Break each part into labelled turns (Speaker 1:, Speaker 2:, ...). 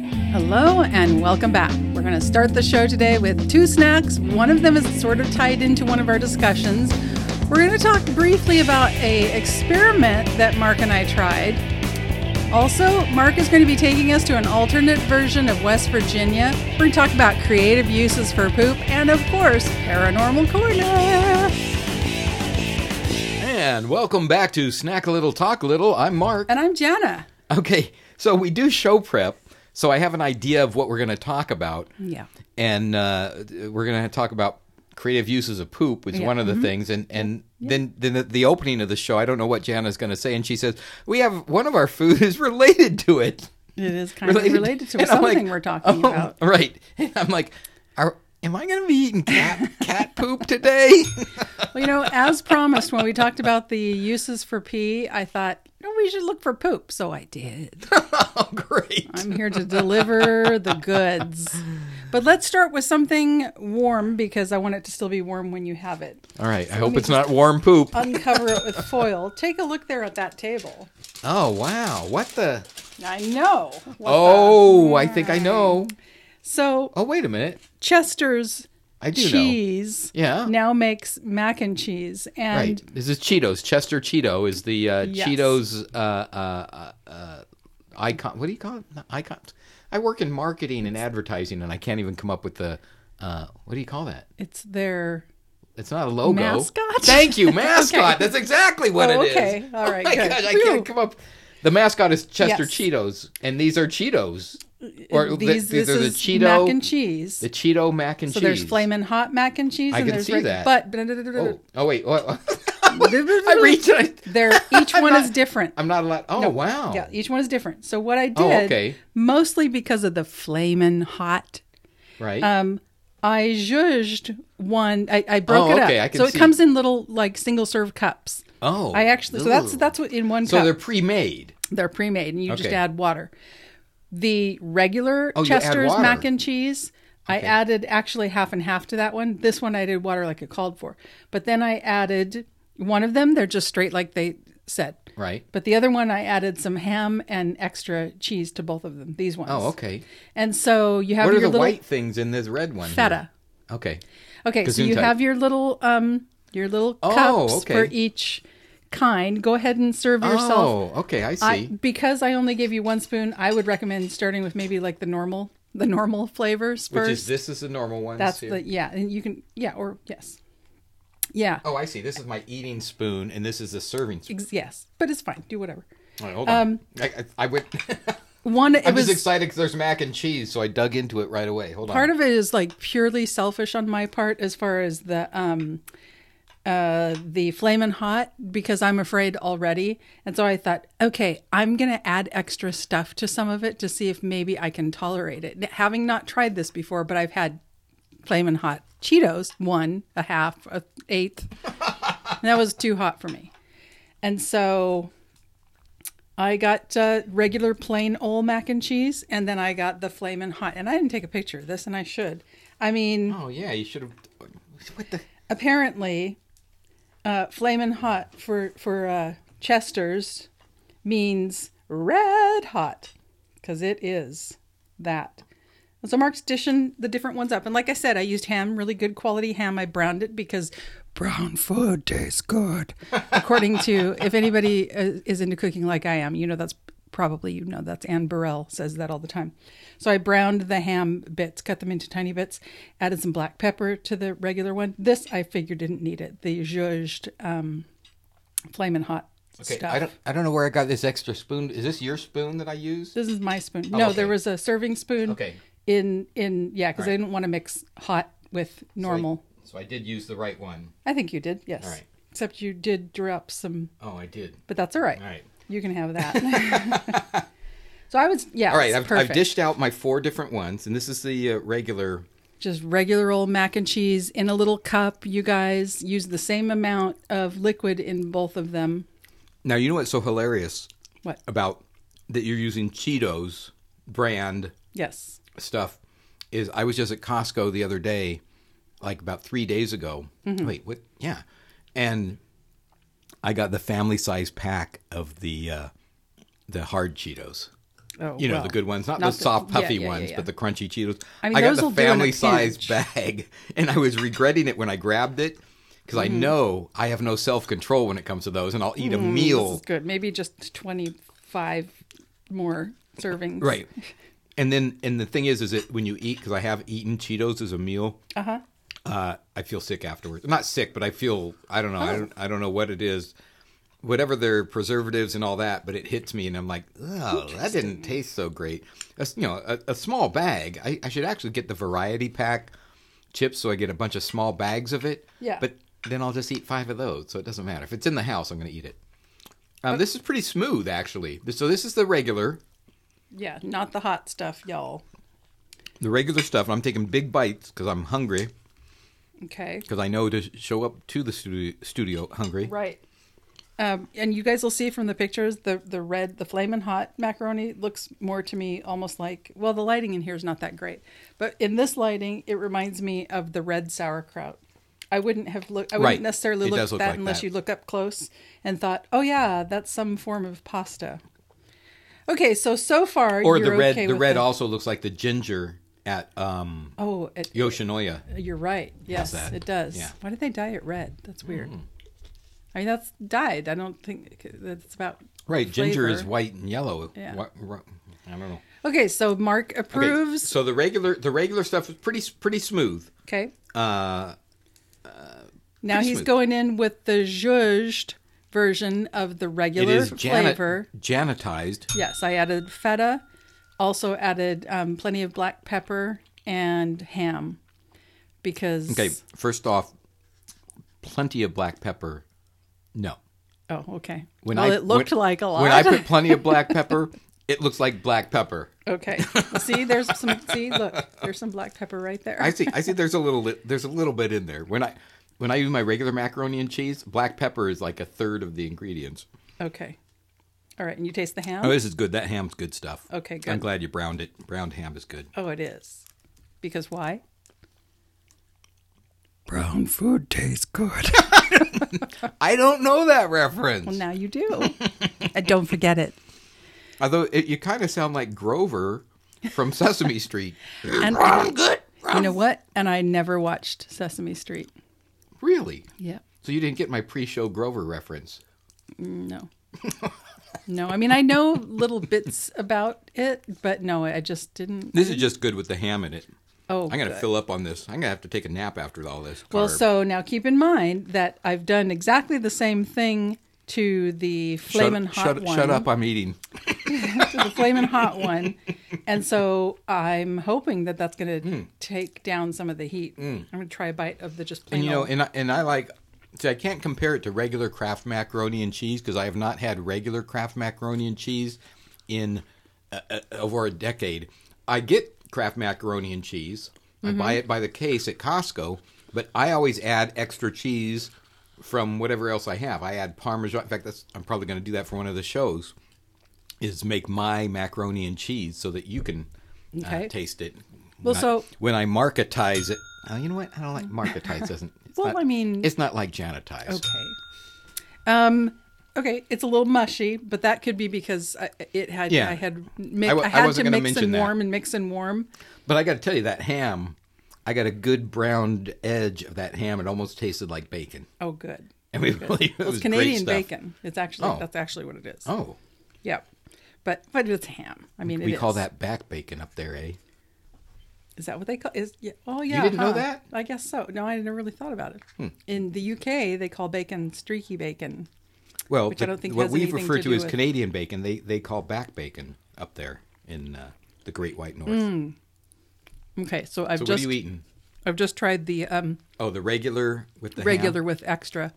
Speaker 1: Hello and welcome back. We're going to start the show today with two snacks. One of them is sort of tied into one of our discussions. We're going to talk briefly about a experiment that Mark and I tried. Also, Mark is going to be taking us to an alternate version of West Virginia. We're going to talk about creative uses for poop and, of course, Paranormal Corner.
Speaker 2: And welcome back to Snack a Little, Talk a Little. I'm Mark.
Speaker 1: And I'm Jana.
Speaker 2: Okay, so we do show prep, so I have an idea of what we're going to talk about.
Speaker 1: Yeah.
Speaker 2: And uh, we're going to talk about creative uses of poop, which is
Speaker 1: Yeah. Mm-hmm.
Speaker 2: one of the things. And, and then, then the, the opening of the show, I don't know what Jana's going to say. And she says, We have one of our food is related to it.
Speaker 1: It is kind of related to
Speaker 2: And I'm
Speaker 1: something
Speaker 2: like,
Speaker 1: we're talking
Speaker 2: "Oh,
Speaker 1: about.
Speaker 2: Right. And I'm like, Are, Am I going to be eating cat, cat poop today?
Speaker 1: Well, you know, as promised, when we talked about the uses for pee, I thought, you know, we should look for poop. So I did.
Speaker 2: oh, great.
Speaker 1: I'm here to deliver the goods. But let's start with something warm because I want it to still be warm when you have it.
Speaker 2: All right. I hope it's not warm poop.
Speaker 1: Uncover it with foil. Take a look there at that table.
Speaker 2: Oh, wow. What the?
Speaker 1: I know. What
Speaker 2: Oh, I think I know.
Speaker 1: the- So
Speaker 2: Oh, wait a minute.
Speaker 1: Chester's
Speaker 2: I do
Speaker 1: cheese
Speaker 2: Yeah.
Speaker 1: now makes mac and cheese.
Speaker 2: know.
Speaker 1: And
Speaker 2: Right. This is Cheetos. Chester Cheeto is the uh,
Speaker 1: Yes.
Speaker 2: Cheetos uh, uh, uh, uh, icon. What do you call it? Not icon. I work in marketing and advertising, and I can't even come up with the. Uh, what do you call that?
Speaker 1: it's their
Speaker 2: It's not a logo.
Speaker 1: Mascot?
Speaker 2: Thank you, mascot. That's exactly what
Speaker 1: Oh,
Speaker 2: it is.
Speaker 1: okay. All right,
Speaker 2: Oh my
Speaker 1: good.
Speaker 2: gosh, I
Speaker 1: Phew.
Speaker 2: can't come up. The mascot is Chester
Speaker 1: Yes.
Speaker 2: Cheetos, and these are Cheetos. Or th-
Speaker 1: these,
Speaker 2: these
Speaker 1: this
Speaker 2: are the
Speaker 1: is
Speaker 2: Cheeto
Speaker 1: mac and cheese.
Speaker 2: The Cheeto mac and
Speaker 1: So
Speaker 2: cheese.
Speaker 1: there's flamin' hot mac and cheese.
Speaker 2: I
Speaker 1: and
Speaker 2: can
Speaker 1: there's
Speaker 2: see
Speaker 1: reg-
Speaker 2: that.
Speaker 1: But
Speaker 2: Oh, oh wait. What? I reached. and I-
Speaker 1: They're each
Speaker 2: Oh. I'm
Speaker 1: one
Speaker 2: not-
Speaker 1: is different.
Speaker 2: I'm not allowed. Oh wow.
Speaker 1: Yeah, each one is different. So what I did,
Speaker 2: Oh, okay.
Speaker 1: mostly because of the flamin' hot,
Speaker 2: Right.
Speaker 1: um, I zhuzhed one. I, I broke
Speaker 2: Oh,
Speaker 1: it
Speaker 2: okay,
Speaker 1: up,
Speaker 2: I can
Speaker 1: so it
Speaker 2: see.
Speaker 1: comes in little like single serve cups.
Speaker 2: oh.
Speaker 1: I actually, so that's
Speaker 2: ooh.
Speaker 1: that's what in one
Speaker 2: So
Speaker 1: cup.
Speaker 2: they're pre-made.
Speaker 1: They're pre-made, and you just
Speaker 2: Okay.
Speaker 1: add water. The regular
Speaker 2: Oh, you add
Speaker 1: Chester's mac
Speaker 2: water.
Speaker 1: and cheese, I added actually half and half to that one. This one I did water like it called for, but then I added one of them. They're just straight like they said.
Speaker 2: Right.
Speaker 1: But the other one, I added some ham and extra cheese to both of them. These ones.
Speaker 2: Oh okay.
Speaker 1: And so you have
Speaker 2: What are
Speaker 1: your
Speaker 2: the
Speaker 1: little
Speaker 2: white things in this red one? here?
Speaker 1: feta.
Speaker 2: Okay.
Speaker 1: Okay, so you
Speaker 2: Gesundheit.
Speaker 1: have your little um your little
Speaker 2: Oh,
Speaker 1: cups
Speaker 2: okay.
Speaker 1: for each kind. Go ahead and serve yourself.
Speaker 2: Oh, okay. I see.
Speaker 1: I, because I only gave you one spoon, I would recommend starting with maybe like the normal, the normal flavors
Speaker 2: Which
Speaker 1: first.
Speaker 2: is this is the normal one.
Speaker 1: That's the yeah, and you can yeah or yes, yeah,
Speaker 2: Oh, I see. This is my eating spoon, and this is the serving spoon.
Speaker 1: Ex- yes, but it's fine. Do whatever.
Speaker 2: All right, hold on. I, I, I went.
Speaker 1: One Um, it
Speaker 2: I'm
Speaker 1: was
Speaker 2: just excited because there's mac and cheese, so I dug into it right away. Hold
Speaker 1: part
Speaker 2: on.
Speaker 1: of it is like purely selfish on my part as far as the um uh the flamin' hot because i'm afraid already and so i thought okay i'm gonna add extra stuff to some of it to see if maybe i can tolerate it having not tried this before but i've had flamin' hot cheetos one a half a eighth and that was too hot for me and so I got uh, regular plain old mac and cheese, and then I got the flamin' hot. And I didn't take a picture of this, and I should. I mean,
Speaker 2: oh yeah, you should have. What the?
Speaker 1: apparently, uh, flamin' hot for for uh, Chester's means red hot, because it is that. And So Mark's dishing the different ones up, and like I said, I used ham, really good quality ham. I browned it because brown food tastes good, according to if anybody uh, is into cooking like I am, you know that's probably you know that's Anne Burrell says that all the time. So I browned the ham bits, cut them into tiny bits, added some black pepper to the regular one. This I figured didn't need it. The zhuzhed, um, flaming hot
Speaker 2: Okay,
Speaker 1: stuff.
Speaker 2: I don't. I don't know where I got this extra spoon. Is this your spoon that I used?
Speaker 1: This is my spoon. no,
Speaker 2: Oh, okay.
Speaker 1: there was a serving spoon.
Speaker 2: Okay.
Speaker 1: In in yeah, because I
Speaker 2: Alright.
Speaker 1: didn't want to mix hot with normal.
Speaker 2: So I did use the right one.
Speaker 1: I think you did. Yes.
Speaker 2: Alright.
Speaker 1: Except you did drop some,
Speaker 2: Oh, I did.
Speaker 1: but that's all right.
Speaker 2: All right.
Speaker 1: You can have that. so I was yeah.
Speaker 2: All right,
Speaker 1: it's
Speaker 2: I've, I've
Speaker 1: perfect.
Speaker 2: dished out my four different ones, and this is the uh, regular.
Speaker 1: just regular old mac and cheese in a little cup. You guys use the same amount of liquid in both of them.
Speaker 2: Now you know what's so hilarious
Speaker 1: What?
Speaker 2: about that you're using Cheetos brand
Speaker 1: Yes.
Speaker 2: stuff is I was just at Costco the other day, like about three days ago. Wait, what? Yeah, and I got the family size pack of the uh, the hard Cheetos.
Speaker 1: Oh,
Speaker 2: You know,
Speaker 1: well.
Speaker 2: the good ones, not,
Speaker 1: Not
Speaker 2: the,
Speaker 1: the-
Speaker 2: soft,
Speaker 1: yeah,
Speaker 2: puffy
Speaker 1: yeah, yeah,
Speaker 2: ones,
Speaker 1: yeah.
Speaker 2: but the crunchy Cheetos.
Speaker 1: I mean,
Speaker 2: got
Speaker 1: those will do
Speaker 2: the
Speaker 1: in a
Speaker 2: family size
Speaker 1: pinch.
Speaker 2: bag, and I was regretting it when I grabbed it because I
Speaker 1: Mm-hmm.
Speaker 2: know I have no self control when it comes to those, and I'll eat a
Speaker 1: This
Speaker 2: meal.
Speaker 1: is good. Maybe just 25 more servings.
Speaker 2: Right. And then, and the thing is, is that when you eat, because I have eaten Cheetos as a meal, uh-huh. I feel sick afterwards. Not sick, but I feel I don't know. I don't I don't know what it is. Whatever their preservatives and all that, but it hits me, and I'm like, oh, that didn't taste so great. A s you know, a, a small bag. I, I should actually get the variety pack chips, so I get a bunch of small bags of it.
Speaker 1: Yeah.
Speaker 2: But then I'll just eat five of those, so it doesn't matter. If it's in the house, I'm going to eat it. Um, this is pretty smooth, actually. So this is the regular.
Speaker 1: Yeah, not the hot stuff, y'all.
Speaker 2: the regular stuff. and I'm taking big bites because I'm hungry
Speaker 1: Okay.
Speaker 2: because I know to sh- show up to the studio, studio hungry.
Speaker 1: Right. Um, and you guys will see from the pictures the the red the flamin' hot macaroni looks more to me almost like well the lighting in here is not that great but in this lighting it reminds me of the red sauerkraut I wouldn't have looked I wouldn't
Speaker 2: Right.
Speaker 1: necessarily
Speaker 2: It
Speaker 1: look at
Speaker 2: does look
Speaker 1: that
Speaker 2: like
Speaker 1: unless
Speaker 2: that.
Speaker 1: you look up close and thought oh yeah that's some form of pasta okay so so far
Speaker 2: Or
Speaker 1: you're
Speaker 2: the red.
Speaker 1: okay
Speaker 2: the
Speaker 1: with
Speaker 2: red
Speaker 1: the-
Speaker 2: also looks like the ginger at um,
Speaker 1: oh it,
Speaker 2: Yoshinoya.
Speaker 1: You're right. Yes,
Speaker 2: that?
Speaker 1: it does.
Speaker 2: Yeah. Hmm.
Speaker 1: Why did they dye it red? That's weird. I mean, that's dyed. I don't think that's about
Speaker 2: Right, ginger is
Speaker 1: flavor.
Speaker 2: white and yellow.
Speaker 1: Yeah.
Speaker 2: What- ro- I don't know.
Speaker 1: Okay, so Mark
Speaker 2: Okay,
Speaker 1: approves.
Speaker 2: so the regular the regular stuff is pretty s- pretty smooth.
Speaker 1: Okay.
Speaker 2: Uh,
Speaker 1: now
Speaker 2: pretty
Speaker 1: he's
Speaker 2: smooth.
Speaker 1: going in with the zhuzhed version of the
Speaker 2: it
Speaker 1: regular
Speaker 2: is janet-
Speaker 1: flavor.
Speaker 2: janitized.
Speaker 1: Yes, I added feta, also added um, plenty of black pepper and ham because.
Speaker 2: Okay, first off, plenty of black pepper. No,
Speaker 1: Oh, okay. well, it looked
Speaker 2: when-
Speaker 1: like a lot.
Speaker 2: When I put plenty of black pepper, it looks like black pepper.
Speaker 1: okay. see, there's some. See, look, there's some black pepper right there.
Speaker 2: I see. I see. There's a little. li- There's a little bit in there. When I when I do my regular macaroni and cheese, black pepper is like a third of the ingredients.
Speaker 1: Okay. All right, and you taste the ham?
Speaker 2: Oh, this is good. That ham's good stuff.
Speaker 1: Okay,
Speaker 2: I'm
Speaker 1: good.
Speaker 2: glad you browned it. Browned ham is good.
Speaker 1: Oh, it is. Because why?
Speaker 2: Brown food tastes good. I don't know that reference.
Speaker 1: Well, now you do. and don't forget it.
Speaker 2: Although it, you kind of sound like Grover from Sesame Street.
Speaker 1: And
Speaker 2: Brown good.
Speaker 1: you
Speaker 2: Brown.
Speaker 1: know what? And I never watched Sesame Street.
Speaker 2: Really?
Speaker 1: Yeah.
Speaker 2: So you didn't get my pre-show Grover reference.
Speaker 1: No. no, I mean I know little bits about it, but no, I just didn't.
Speaker 2: This is just good with the ham in it.
Speaker 1: Oh,
Speaker 2: I'm gonna
Speaker 1: good.
Speaker 2: fill up on this. I'm gonna have to take a nap after all this.
Speaker 1: Well,
Speaker 2: carb.
Speaker 1: so now keep in mind that I've done exactly the same thing to the flamin'
Speaker 2: shut,
Speaker 1: hot
Speaker 2: shut,
Speaker 1: one.
Speaker 2: shut up! I'm eating.
Speaker 1: to the flaming hot one. And so I'm hoping that that's going to
Speaker 2: Hmm.
Speaker 1: take down some of the heat. I'm going to try a bite of the just plain
Speaker 2: And you know,
Speaker 1: old.
Speaker 2: and I, and I like. See, I can't compare it to regular Kraft macaroni and cheese because I have not had regular Kraft macaroni and cheese in uh, uh, over a decade. I get Kraft macaroni and cheese. I buy it by the case at Costco, but I always add extra cheese from whatever else I have. I add Parmesan. In fact, that's I'm probably going to do that for one of the shows. Is make my macaroni and cheese so that you can uh,
Speaker 1: Okay.
Speaker 2: taste it.
Speaker 1: Well,
Speaker 2: When I-
Speaker 1: so-
Speaker 2: when I marketize it, oh, you know what? I don't like marketize. Doesn't it's
Speaker 1: Well,
Speaker 2: not-
Speaker 1: I mean-
Speaker 2: it's not like janitize.
Speaker 1: okay. Um, okay, it's a little mushy, but that could be because I, it had
Speaker 2: Yeah.
Speaker 1: I had mi-
Speaker 2: I wa-
Speaker 1: I
Speaker 2: I
Speaker 1: had
Speaker 2: wasn't
Speaker 1: to
Speaker 2: gonna
Speaker 1: mix
Speaker 2: mention
Speaker 1: and
Speaker 2: that.
Speaker 1: warm and mix and warm.
Speaker 2: But I got to tell you that ham, I got a good browned edge of that ham. It almost tasted like bacon.
Speaker 1: Oh, good.
Speaker 2: And we really, it
Speaker 1: Well,
Speaker 2: was
Speaker 1: it's
Speaker 2: great
Speaker 1: Canadian
Speaker 2: stuff.
Speaker 1: bacon. It's actually
Speaker 2: Oh.
Speaker 1: that's actually what it is.
Speaker 2: Oh,
Speaker 1: Yep. But but it's ham. I mean, it
Speaker 2: we call
Speaker 1: is.
Speaker 2: that back bacon up there, eh?
Speaker 1: Is that what they call? Is yeah, oh yeah.
Speaker 2: didn't know
Speaker 1: huh.
Speaker 2: that? Hmm.
Speaker 1: I guess so. No, I never really thought about it. In the UK, they call bacon streaky bacon.
Speaker 2: Well,
Speaker 1: Which I
Speaker 2: the-
Speaker 1: don't think
Speaker 2: what
Speaker 1: has
Speaker 2: we
Speaker 1: anything
Speaker 2: refer
Speaker 1: to
Speaker 2: to,
Speaker 1: do
Speaker 2: as
Speaker 1: with-
Speaker 2: Canadian bacon, they they call back bacon up there in uh, the Great White North.
Speaker 1: Okay, so I've
Speaker 2: so what
Speaker 1: Mm, just
Speaker 2: are you eating?
Speaker 1: I've just tried the um,
Speaker 2: Oh, the regular with the ham?
Speaker 1: regular with extra.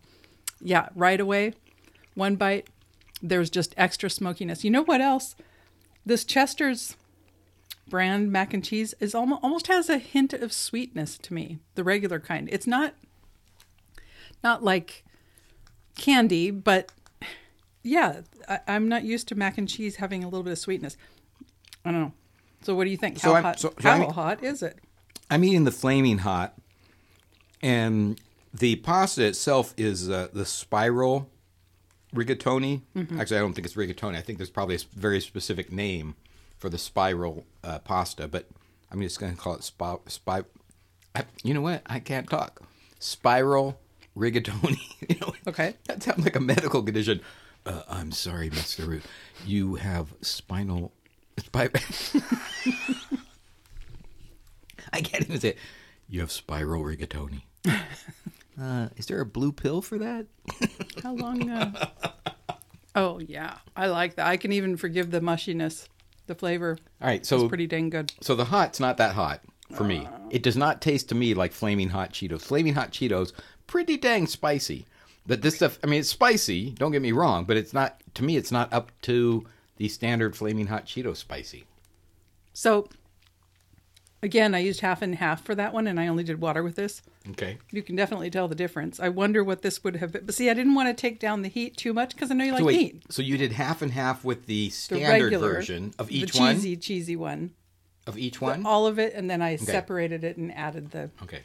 Speaker 1: Yeah, right away, one bite. There's just extra smokiness. You know what else? This Chester's brand mac and cheese is almost almost has a hint of sweetness to me. The regular kind. It's not not like candy, but yeah, I, I'm not used to mac and cheese having a little bit of sweetness. I don't know. So what do you think? How
Speaker 2: So I'm-
Speaker 1: hot?
Speaker 2: so- so
Speaker 1: how
Speaker 2: I'm-
Speaker 1: hot is it?
Speaker 2: I'm eating the flaming hot, and the pasta itself is uh, the spiral rigatoni. Actually, I don't think it's rigatoni. I think there's probably a s- very specific name for the spiral uh, pasta, but I'm just going to call it spa, spy. I, you know what? I can't talk. Spiral rigatoni. you know,
Speaker 1: Okay.
Speaker 2: That sounds like a medical condition. Uh, I'm sorry, Mr. Root. You have spinal. Spi- I can't even say it. You have spiral rigatoni. Uh, is there a blue pill for that?
Speaker 1: How long? Uh... oh yeah, I like that. I can even forgive the mushiness, the flavor.
Speaker 2: All right,
Speaker 1: It's
Speaker 2: so
Speaker 1: pretty Uh. dang good.
Speaker 2: So the hot's not that hot for me. It does not taste to me like flaming hot Cheetos. Flaming hot Cheetos, pretty dang spicy. But this stuff, I mean, it's spicy. Don't get me wrong, but it's not to me. It's not up to the standard flaming hot Cheeto spicy.
Speaker 1: So, again, I used half and half for that one, and I only did water with this.
Speaker 2: Okay.
Speaker 1: You can definitely tell the difference. I wonder what this would have been. But see, I didn't want to take down the heat too much because I know you like
Speaker 2: So wait,
Speaker 1: heat.
Speaker 2: so you did half and half with the
Speaker 1: The
Speaker 2: standard
Speaker 1: regular
Speaker 2: version of each
Speaker 1: the
Speaker 2: one
Speaker 1: cheesy, cheesy one,
Speaker 2: of each one.
Speaker 1: all of it, and then I separated it and added the.
Speaker 2: okay.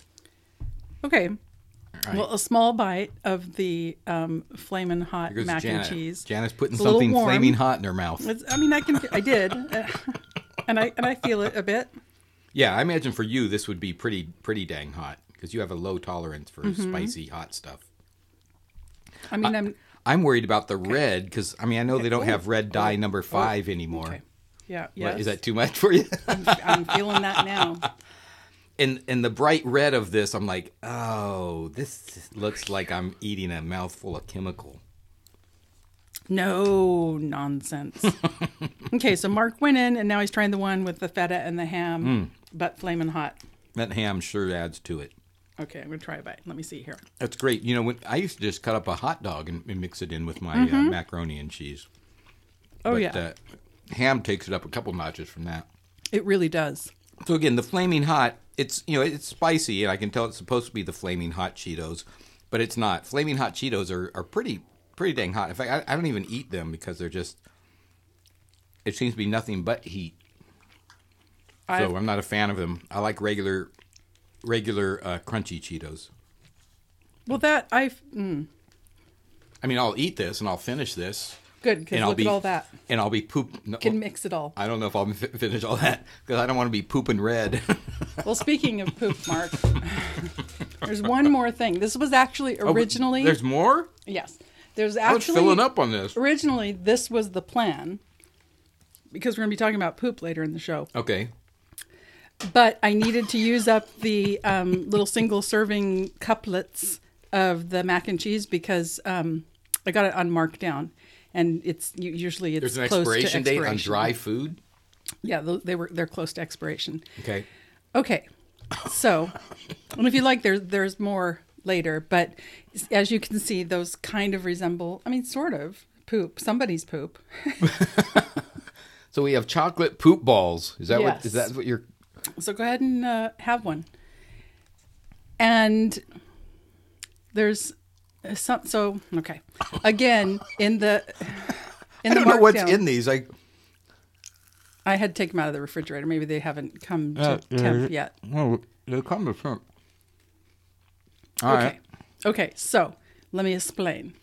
Speaker 1: Okay,
Speaker 2: All right.
Speaker 1: well, a small bite of the um, flamin' hot
Speaker 2: Here's
Speaker 1: mac
Speaker 2: Janet.
Speaker 1: and cheese.
Speaker 2: Janice putting
Speaker 1: It's a little
Speaker 2: something
Speaker 1: warm.
Speaker 2: flaming hot in her mouth.
Speaker 1: It's, I mean, I can. I did, uh, and I and I feel it a bit.
Speaker 2: Yeah, I imagine for you this would be pretty pretty dang hot because you have a low tolerance for
Speaker 1: Mm-hmm.
Speaker 2: spicy hot stuff.
Speaker 1: I mean, I'm
Speaker 2: I'm worried about the red because I mean I know they don't have red dye number five anymore.
Speaker 1: Oh, okay. Yeah,
Speaker 2: What,
Speaker 1: yeah.
Speaker 2: Is that too much for you?
Speaker 1: I'm feeling that now.
Speaker 2: and and the bright red of this, I'm like, oh, this looks like I'm eating a mouthful of chemical.
Speaker 1: No nonsense. okay, so Mark went in, and now he's trying the one with the feta and the ham,
Speaker 2: Hmm.
Speaker 1: but flaming hot.
Speaker 2: That ham sure adds to it.
Speaker 1: Okay, I'm gonna try a bite. Let me see here.
Speaker 2: That's great. You know, when I used to just cut up a hot dog and, and mix it in with my uh, macaroni and cheese.
Speaker 1: Mm-hmm. Oh
Speaker 2: but,
Speaker 1: yeah,
Speaker 2: uh, ham takes it up a couple notches from that.
Speaker 1: it really does.
Speaker 2: So again, the flaming hot, it's you know, it's spicy and I can tell it's supposed to be the flaming hot Cheetos, but it's not. Flaming hot Cheetos are, are pretty pretty dang hot. In fact, I, I don't even eat them because they're just it seems to be nothing but heat.
Speaker 1: I've-
Speaker 2: So I'm not a fan of them. I like regular regular uh, crunchy Cheetos.
Speaker 1: Well, that I've mm,
Speaker 2: I mean, I'll eat this and I'll finish this.
Speaker 1: good because
Speaker 2: and I'll
Speaker 1: look
Speaker 2: be
Speaker 1: at all that.
Speaker 2: and I'll be poop. No,
Speaker 1: Can mix it all.
Speaker 2: I don't know if I'll fi- finish all that because I don't want to be pooping red.
Speaker 1: Well, speaking of poop, Mark, there's one more thing. This was actually originally.
Speaker 2: Oh, there's more.
Speaker 1: yes, there's
Speaker 2: I
Speaker 1: actually
Speaker 2: was filling up on this.
Speaker 1: originally this was the plan because we're going to be talking about poop later in the show
Speaker 2: Okay.
Speaker 1: but i needed to use up the um, little single serving couplets of the mac and cheese because um, i got it on markdown and it's u- usually it's
Speaker 2: There's an
Speaker 1: close
Speaker 2: expiration
Speaker 1: to
Speaker 2: date on
Speaker 1: expiration.
Speaker 2: dry food.
Speaker 1: yeah tho- they were they're close to expiration
Speaker 2: Okay.
Speaker 1: Okay. So, and if you like, there, there's more later, but as you can see, those kind of resemble, I mean, sort of poop, somebody's poop.
Speaker 2: So we have chocolate poop balls. Is that what is
Speaker 1: Yes.
Speaker 2: that what you're
Speaker 1: So go ahead and uh, have one. And there's uh, some, so, okay. Again, in the, in
Speaker 2: I
Speaker 1: the
Speaker 2: don't know what's
Speaker 1: markdown-
Speaker 2: in these. Like
Speaker 1: I had to take them out of the refrigerator. Maybe they haven't come to
Speaker 2: Oh,
Speaker 1: temp yet.
Speaker 2: well, they come with shrimp.
Speaker 1: okay. Okay. So let me explain.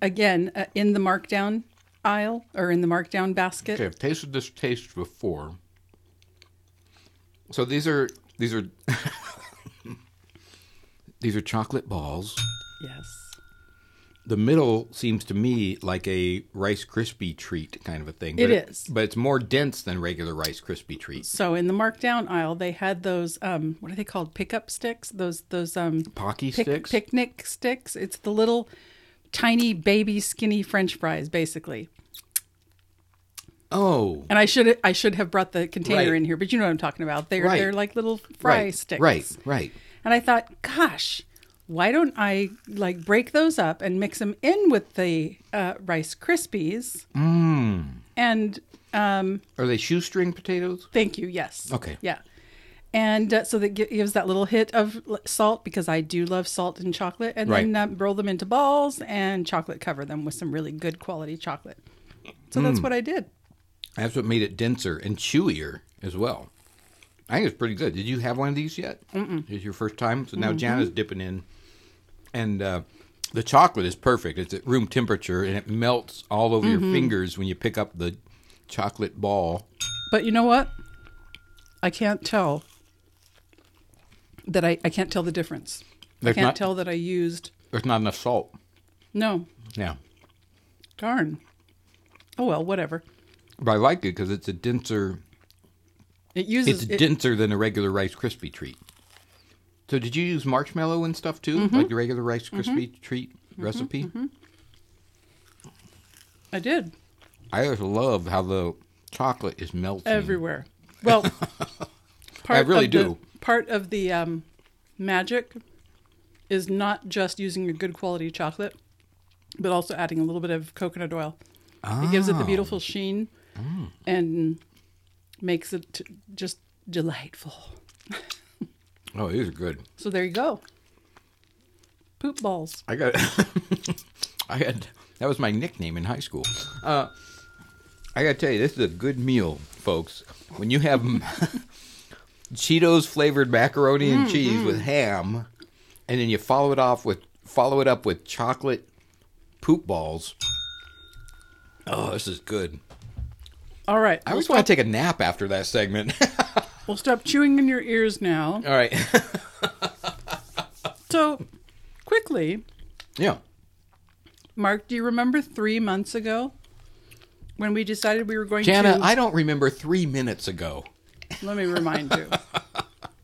Speaker 1: Again, uh, in the markdown aisle or in the markdown basket.
Speaker 2: Okay, I've tasted this taste before. So these are these are these are chocolate balls.
Speaker 1: Yes.
Speaker 2: The middle seems to me like a Rice Krispie treat kind of a thing.
Speaker 1: It
Speaker 2: but
Speaker 1: is.
Speaker 2: but it's more dense than regular Rice Krispie treats.
Speaker 1: So in the markdown aisle, they had those um, what are they called? Pickup sticks. Those those um,
Speaker 2: Pocky
Speaker 1: pic-
Speaker 2: sticks.
Speaker 1: picnic sticks. It's the little tiny baby skinny French fries, basically.
Speaker 2: Oh,
Speaker 1: And I should I should have brought the container
Speaker 2: Right.
Speaker 1: in here, but you know what I'm talking about. They're
Speaker 2: Right.
Speaker 1: they're like little fry
Speaker 2: right,
Speaker 1: sticks.
Speaker 2: Right, right.
Speaker 1: And I thought, gosh, why don't I like break those up and mix them in with the uh, Rice Krispies? Mm. And um,
Speaker 2: Are they shoestring potatoes?
Speaker 1: thank you. Yes.
Speaker 2: Okay.
Speaker 1: Yeah. And uh, so that gi- gives that little hit of l- salt because I do love salt and chocolate. And then uh, roll them into balls and chocolate cover them with some really good quality chocolate. So
Speaker 2: Mm.
Speaker 1: that's what I did.
Speaker 2: That's what made it denser and chewier as well. I think it's pretty good. Did you have one of these yet? Mm-mm. It's your first time, so
Speaker 1: Mm-hmm.
Speaker 2: now Jana's dipping in, and uh, the chocolate is perfect. It's at room
Speaker 1: Mm-hmm.
Speaker 2: temperature, and it melts all over your fingers when you pick up the chocolate ball.
Speaker 1: But you know what? I can't tell that I, I can't tell the difference. I
Speaker 2: There's
Speaker 1: can't
Speaker 2: not-
Speaker 1: tell that I used
Speaker 2: There's not enough salt.
Speaker 1: no.
Speaker 2: Yeah.
Speaker 1: Darn. Oh well, whatever.
Speaker 2: But I like it because it's a denser.
Speaker 1: It
Speaker 2: It's
Speaker 1: uses it-
Speaker 2: denser than a regular Rice Krispie treat. So did you use marshmallow and stuff too, like the regular Rice Krispie treat recipe?
Speaker 1: I did
Speaker 2: I just love how the chocolate is melting.
Speaker 1: everywhere. Well, part
Speaker 2: really
Speaker 1: of the-
Speaker 2: do.
Speaker 1: part of the um, magic is not just using a good quality chocolate, but also adding a little bit of coconut oil. It gives it the
Speaker 2: Oh.
Speaker 1: beautiful sheen
Speaker 2: Mm.
Speaker 1: and makes it t- just delightful.
Speaker 2: Oh, these are good.
Speaker 1: So there you go. Poop balls.
Speaker 2: I got. I had that was my nickname in high school. Uh, I gotta tell you, this is a good meal, folks. When you have m- Cheetos flavored macaroni and cheese with ham, and then you follow it off with follow it up with chocolate poop balls. Oh, this is good.
Speaker 1: All right.
Speaker 2: I
Speaker 1: we'll,
Speaker 2: always want to take a nap after that segment.
Speaker 1: we'll stop chewing in your ears now.
Speaker 2: All right.
Speaker 1: So, quickly,
Speaker 2: yeah.
Speaker 1: Mark, do you remember three months ago when we decided we were going
Speaker 2: Jana,
Speaker 1: to?
Speaker 2: I don't remember three minutes ago.
Speaker 1: Let me remind you.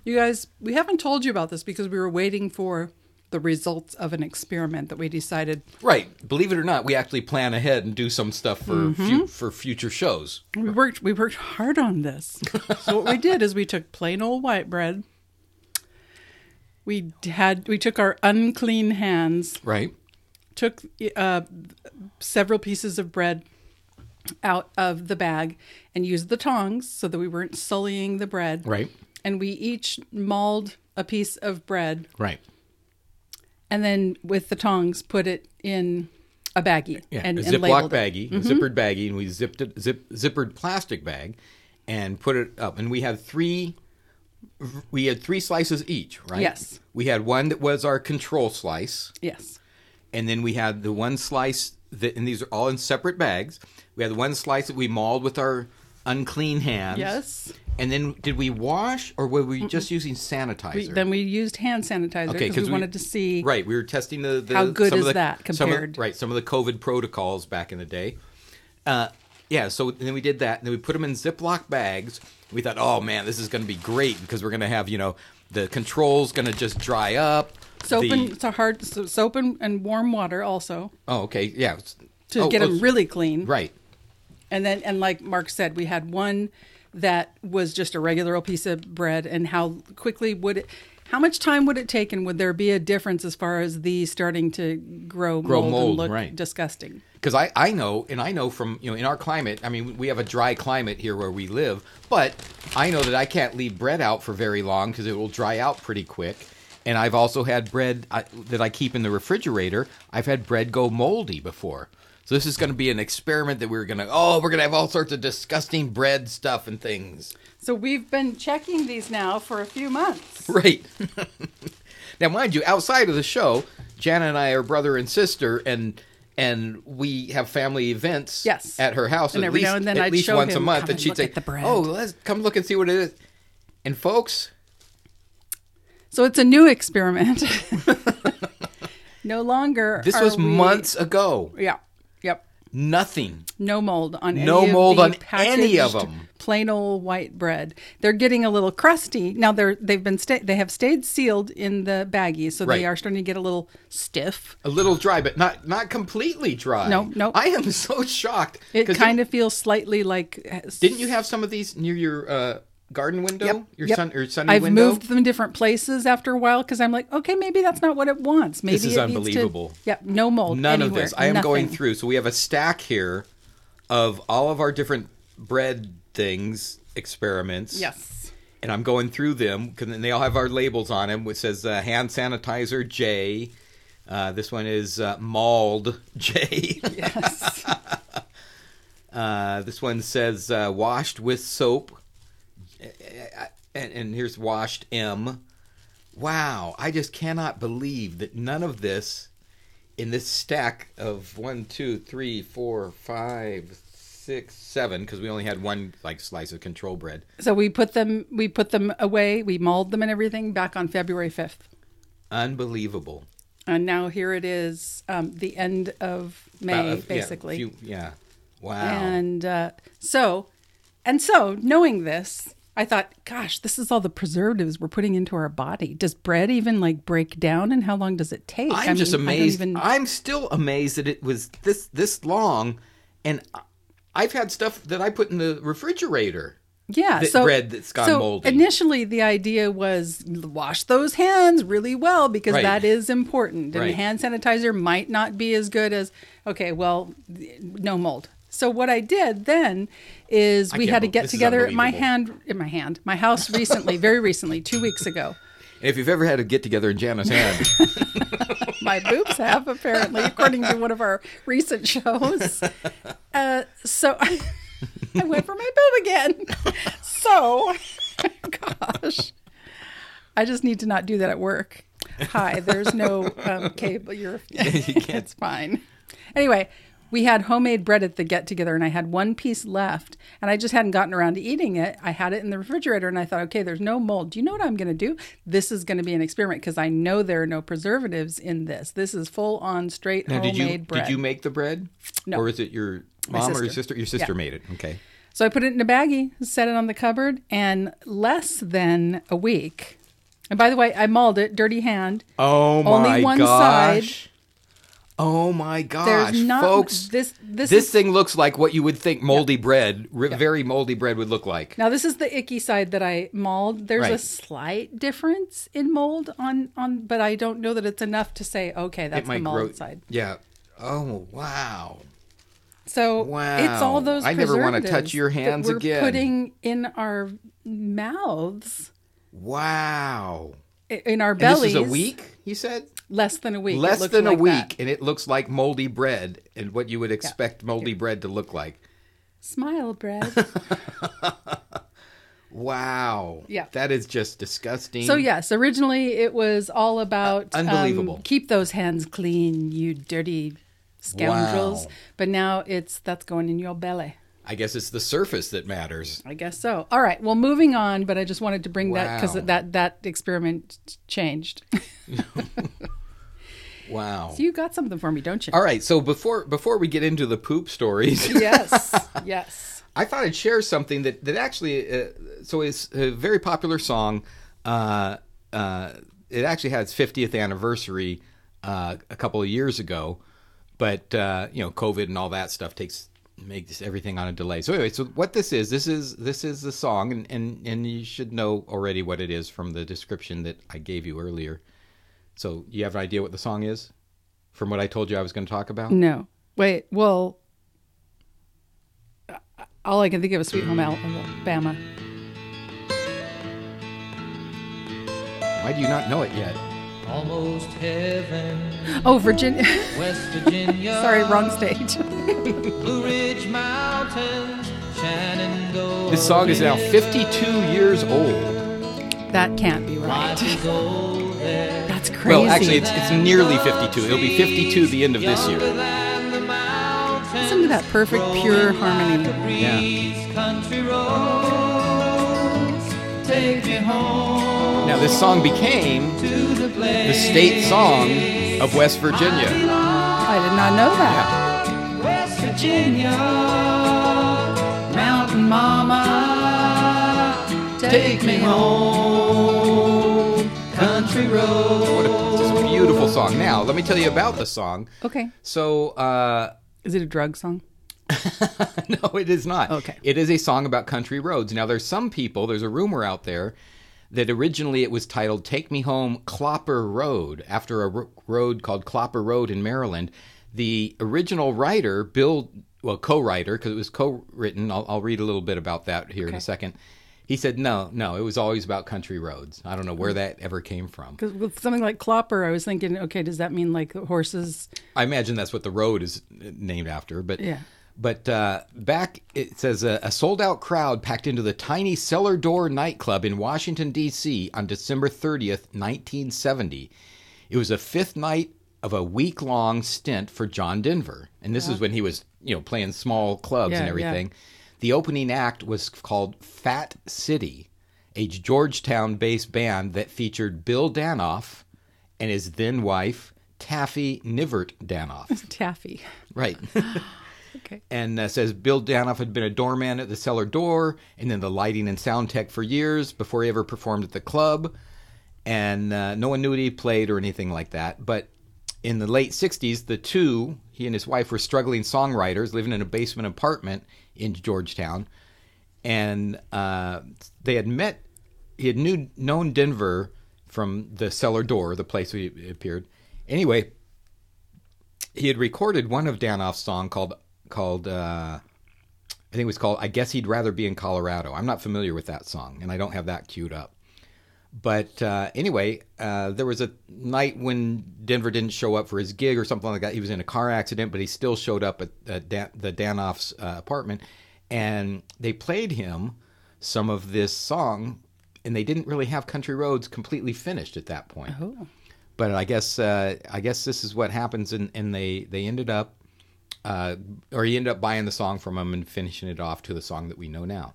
Speaker 1: You guys, we haven't told you about this because we were waiting for the results of an experiment that we decided.
Speaker 2: Right. Believe it or not, we actually plan ahead and do some stuff for fu- for future shows.
Speaker 1: We worked we worked hard on this. So what we did is we took plain old white bread. We had we took our unclean hands
Speaker 2: Right.
Speaker 1: took uh, several pieces of bread out of the bag and used the tongs so that we weren't sullying the bread.
Speaker 2: Right.
Speaker 1: And we each mauled a piece of bread
Speaker 2: Right.
Speaker 1: and then with the tongs put it in a baggie
Speaker 2: Yeah.
Speaker 1: and,
Speaker 2: a
Speaker 1: and
Speaker 2: Ziploc
Speaker 1: labeled it. Mm-hmm.
Speaker 2: baggie, a zippered baggie, and we zipped it, zip, zippered plastic bag, and put it up. And we had three. We had three slices each, right?
Speaker 1: Yes.
Speaker 2: We had one that was our control slice,
Speaker 1: Yes.
Speaker 2: and then we had the one slice that, and these are all in separate bags. We had the one slice that we mauled with our unclean hands.
Speaker 1: Yes.
Speaker 2: And then did we wash, or were we just using sanitizer?
Speaker 1: We, then we used hand sanitizer because we, wanted to see
Speaker 2: Right, we were testing the, the
Speaker 1: How good
Speaker 2: some
Speaker 1: is
Speaker 2: of the,
Speaker 1: that
Speaker 2: some of-
Speaker 1: compared?
Speaker 2: right, some of the COVID protocols back in the day. Uh, yeah, so then we did that, and then we put them in Ziploc bags. We thought, oh man, this is going to be great because we're going to have you know the controls going to just dry up.
Speaker 1: soap
Speaker 2: the-
Speaker 1: and so hard so soap and, and warm water also
Speaker 2: oh, okay, yeah, it's-
Speaker 1: to
Speaker 2: oh,
Speaker 1: get
Speaker 2: oh,
Speaker 1: them really clean.
Speaker 2: right,
Speaker 1: And then, and like Mark said, we had one that was just a regular old piece of bread. And how quickly would it, how much time would it take, and would there be a difference as far as the starting to grow,
Speaker 2: Grow
Speaker 1: mold,
Speaker 2: mold,
Speaker 1: and look
Speaker 2: right.
Speaker 1: disgusting?
Speaker 2: because I, I know and I know from you know in our climate I mean we have a dry climate here where we live but I know that I can't leave bread out for very long because it will dry out pretty quick and I've also had bread I, that I keep in the refrigerator I've had bread go moldy before so this is going to be an experiment that we're going to oh we're going to have all sorts of disgusting bread stuff and things
Speaker 1: So we've been checking these now for a few months.
Speaker 2: Right. now, mind you, outside of the show, Jana and I are brother and sister, and and we have family events.
Speaker 1: Yes.
Speaker 2: At her house,
Speaker 1: And
Speaker 2: at
Speaker 1: every
Speaker 2: least,
Speaker 1: now and then
Speaker 2: at
Speaker 1: I'd
Speaker 2: least
Speaker 1: show
Speaker 2: once a
Speaker 1: him,
Speaker 2: month,
Speaker 1: "Come
Speaker 2: and
Speaker 1: and
Speaker 2: she'd
Speaker 1: look
Speaker 2: say,
Speaker 1: at the bread."
Speaker 2: "Oh, let's come look and see what it is." And folks,
Speaker 1: So it's a new experiment. no longer.
Speaker 2: this
Speaker 1: are
Speaker 2: was
Speaker 1: we-
Speaker 2: months ago.
Speaker 1: Yeah. Yep.
Speaker 2: Nothing.
Speaker 1: No mold on any
Speaker 2: No
Speaker 1: of
Speaker 2: mold
Speaker 1: the
Speaker 2: on any of
Speaker 1: packaged
Speaker 2: them.
Speaker 1: Plain old white bread. They're getting a little crusty now. They're they've been sta- they have stayed sealed in the baggie, so
Speaker 2: Right.
Speaker 1: they are starting to get a little stiff.
Speaker 2: A little dry, but not not completely dry.
Speaker 1: No, no.
Speaker 2: I am so shocked.
Speaker 1: It
Speaker 2: 'cause
Speaker 1: kind of feels slightly like. uh,
Speaker 2: didn't you have some of these near your uh, garden window, your sun or sunny
Speaker 1: I've
Speaker 2: window.
Speaker 1: moved them different places after a while because I'm like, okay, maybe that's not what it wants. Maybe
Speaker 2: is
Speaker 1: it
Speaker 2: unbelievable.
Speaker 1: Needs to, yeah, no mold.
Speaker 2: None
Speaker 1: anywhere,
Speaker 2: of this. I am going
Speaker 1: nothing.
Speaker 2: through. So we have a stack here of all of our different bread things experiments.
Speaker 1: Yes.
Speaker 2: And I'm going through them because they all have our labels on them, which says uh, hand sanitizer J. Uh, this one is uh, mauled J.
Speaker 1: Yes.
Speaker 2: Uh, this one says uh, washed with soap. And, and here's washed M. Wow, I just cannot believe that none of this in this stack of one, two, three, four, five, six, seven, because we only had one like slice of control bread.
Speaker 1: So we put them we put them away, we mauled them and everything back on February 5th.
Speaker 2: Unbelievable.
Speaker 1: And now here it is, um, the end of
Speaker 2: About
Speaker 1: May,
Speaker 2: a- Uh, yeah,
Speaker 1: basically.
Speaker 2: few- yeah. Wow.
Speaker 1: And uh, so, and so, knowing this, I thought, gosh, this is all the preservatives we're putting into our body. Does bread even like break down, and how long does it take?
Speaker 2: I'm
Speaker 1: I
Speaker 2: just
Speaker 1: mean, I don't
Speaker 2: amazed.
Speaker 1: even-
Speaker 2: I'm still amazed that it was this this long, and I- I've had stuff that I put in the refrigerator.
Speaker 1: yeah,
Speaker 2: that
Speaker 1: so
Speaker 2: bread that's gone
Speaker 1: so
Speaker 2: moldy.
Speaker 1: Initially, the idea was wash those hands really well because
Speaker 2: Right.
Speaker 1: that is important, and
Speaker 2: Right.
Speaker 1: hand sanitizer might not be as good as okay, well, no mold. So what I did then is we
Speaker 2: can't
Speaker 1: had to
Speaker 2: bel-
Speaker 1: get
Speaker 2: this is
Speaker 1: together at my
Speaker 2: unbelievable.
Speaker 1: hand, in my hand, my house recently, very recently, two weeks ago.
Speaker 2: And if you've ever had a get together in Jana's hand,
Speaker 1: my boobs have apparently according to one of our recent shows uh, so I, went for my boob again so gosh i just need to not do that at work hi there's no um, cable you're it's fine anyway we had homemade bread at the get together and i had one piece left and i just hadn't gotten around to eating it i had it in the refrigerator and i thought okay there's no mold do you know what i'm going to do this is going to be an experiment because i know there are no preservatives in this this is full on straight
Speaker 2: now,
Speaker 1: homemade
Speaker 2: did you
Speaker 1: bread
Speaker 2: did you make the bread?
Speaker 1: No.
Speaker 2: Or is it your mom or your
Speaker 1: sister.
Speaker 2: sister? Your sister made it. Okay.
Speaker 1: So I put it in a baggie, set it on the cupboard, and less than a week. And by the way, I mauled it, dirty hand.
Speaker 2: Oh my
Speaker 1: Only one
Speaker 2: gosh.
Speaker 1: side.
Speaker 2: Oh my gosh,
Speaker 1: not-
Speaker 2: folks!
Speaker 1: this- this is-
Speaker 2: thing looks like what you would think moldy bread, re- very moldy bread, would look like.
Speaker 1: Now this is the icky side that I mauled. There's a
Speaker 2: Right.
Speaker 1: slight difference in mold on on, but I don't know that it's enough to say okay, that's the mold
Speaker 2: grow-
Speaker 1: side.
Speaker 2: Yeah. Oh wow.
Speaker 1: So it's all
Speaker 2: Wow.
Speaker 1: those.
Speaker 2: I never wanna
Speaker 1: preservatives
Speaker 2: touch your
Speaker 1: that
Speaker 2: hands
Speaker 1: we're
Speaker 2: again.
Speaker 1: Putting in our mouths,
Speaker 2: Wow.
Speaker 1: i- in our
Speaker 2: And
Speaker 1: bellies.
Speaker 2: this is a week, you said?
Speaker 1: Less than a week. it
Speaker 2: Less
Speaker 1: looked
Speaker 2: than a
Speaker 1: like
Speaker 2: week,
Speaker 1: that.
Speaker 2: and it looks like moldy bread and what you would expect moldy bread to look like.
Speaker 1: Smile, bread.
Speaker 2: Wow.
Speaker 1: Yeah.
Speaker 2: That is just disgusting.
Speaker 1: So yes, originally it was all about
Speaker 2: Uh, unbelievable.
Speaker 1: um, keep those hands clean, you dirty scoundrels.
Speaker 2: Wow.
Speaker 1: But now it's that's going in your belly.
Speaker 2: I guess it's the surface that matters.
Speaker 1: I guess so. All right. Well, moving on, but I just wanted to bring that because
Speaker 2: Wow.
Speaker 1: that that experiment changed.
Speaker 2: Wow.
Speaker 1: you got something for me, don't you?
Speaker 2: All right, so before before we get into the poop stories,
Speaker 1: yes. Yes.
Speaker 2: I thought I'd share something that that actually uh, so it's a very popular song. Uh, uh, it actually had its 50th anniversary uh, a couple of years ago, but uh, you know COVID and all that stuff takes makes everything on a delay. So anyway, so what this is this is this is the song, and and and you should know already what it is from the description that I gave you earlier. So you have an idea what the song is from what I told you I was going to talk about.
Speaker 1: No. Wait. Well, uh, all I can think of is Sweet Home Alabama.
Speaker 2: Why do you not know it yet?
Speaker 3: Almost heaven,
Speaker 1: Oh, Virginia.
Speaker 3: West Virginia.
Speaker 1: Sorry, wrong stage.
Speaker 3: Blue Ridge Mountains, Shenandoah.
Speaker 2: This song is now 52 years old.
Speaker 1: that can't be right.
Speaker 3: Life is old there,
Speaker 1: That's crazy.
Speaker 2: Well, actually, it's, it's nearly 52. It'll be 52 the end of this
Speaker 3: younger
Speaker 2: year.
Speaker 3: than the mountains.
Speaker 1: Listen to that perfect, pure harmony.
Speaker 3: Breeze, country roads, take me home
Speaker 2: Now, this song became
Speaker 3: to the place.
Speaker 2: the state song of West Virginia.
Speaker 1: I did not know that.
Speaker 3: West Virginia, Mountain Mama, take me home, country road.
Speaker 2: What a, it's a beautiful song. Now, let me tell you about the song.
Speaker 1: Okay.
Speaker 2: So, uh,
Speaker 1: Is it a drug song?
Speaker 2: no, it is not.
Speaker 1: Okay.
Speaker 2: It is a song about country roads. Now, there's some people, there's a rumor out there that originally it was titled Take Me Home Clopper Road after a ro- road called Clopper Road in Maryland. The original writer, Bill, well, co writer, because it was co written, I'll, I'll read a little bit about that here in
Speaker 1: Okay.
Speaker 2: a second. He said, no, no, it was always about country roads. I don't know
Speaker 1: Mm.
Speaker 2: where that ever came from.
Speaker 1: Because with something like Clopper, I was thinking, okay, does that mean like horses?
Speaker 2: I imagine that's what the road is named after. But
Speaker 1: Yeah.
Speaker 2: But uh, back it says uh, a, a sold out crowd packed into the tiny cellar door nightclub in Washington D.C. on December 30th, 1970. It was a fifth night of a week long stint for John Denver, and this is when he was you know playing small clubs and
Speaker 1: Yeah, yeah.
Speaker 2: everything. The opening act was called Fat City, a Georgetown based band that featured Bill Danoff and his then wife Taffy Nivert Danoff.
Speaker 1: Taffy.
Speaker 2: right.
Speaker 1: Okay.
Speaker 2: and uh, says Bill Danoff had been a doorman at the cellar door and then the lighting and sound tech for years before he ever performed at the club. And uh, no one knew what he played or anything like that. But in the late 60s, the two, he and his wife, were struggling songwriters living in a basement apartment in Georgetown. And uh, they had met, he had knew, known Denver from the cellar door, the place where he appeared. Anyway, he had recorded one of Danoff's song called called uh, I think it was called I guess he'd rather be in Colorado. I'm not familiar with that song, and I don't have that queued up. But uh, anyway, uh, there was a night when Denver didn't show up for his gig or something like that. He was in a car accident, but he still showed up at, at Dan- the Danoff's uh, apartment, and they played him some of this song, and they didn't really have Country Roads completely finished at that point
Speaker 1: Oh.
Speaker 2: but I guess uh, I guess this is what happens, and, and they they ended up, uh, or he ended up buying the song from him and finishing it off to the song that we know now.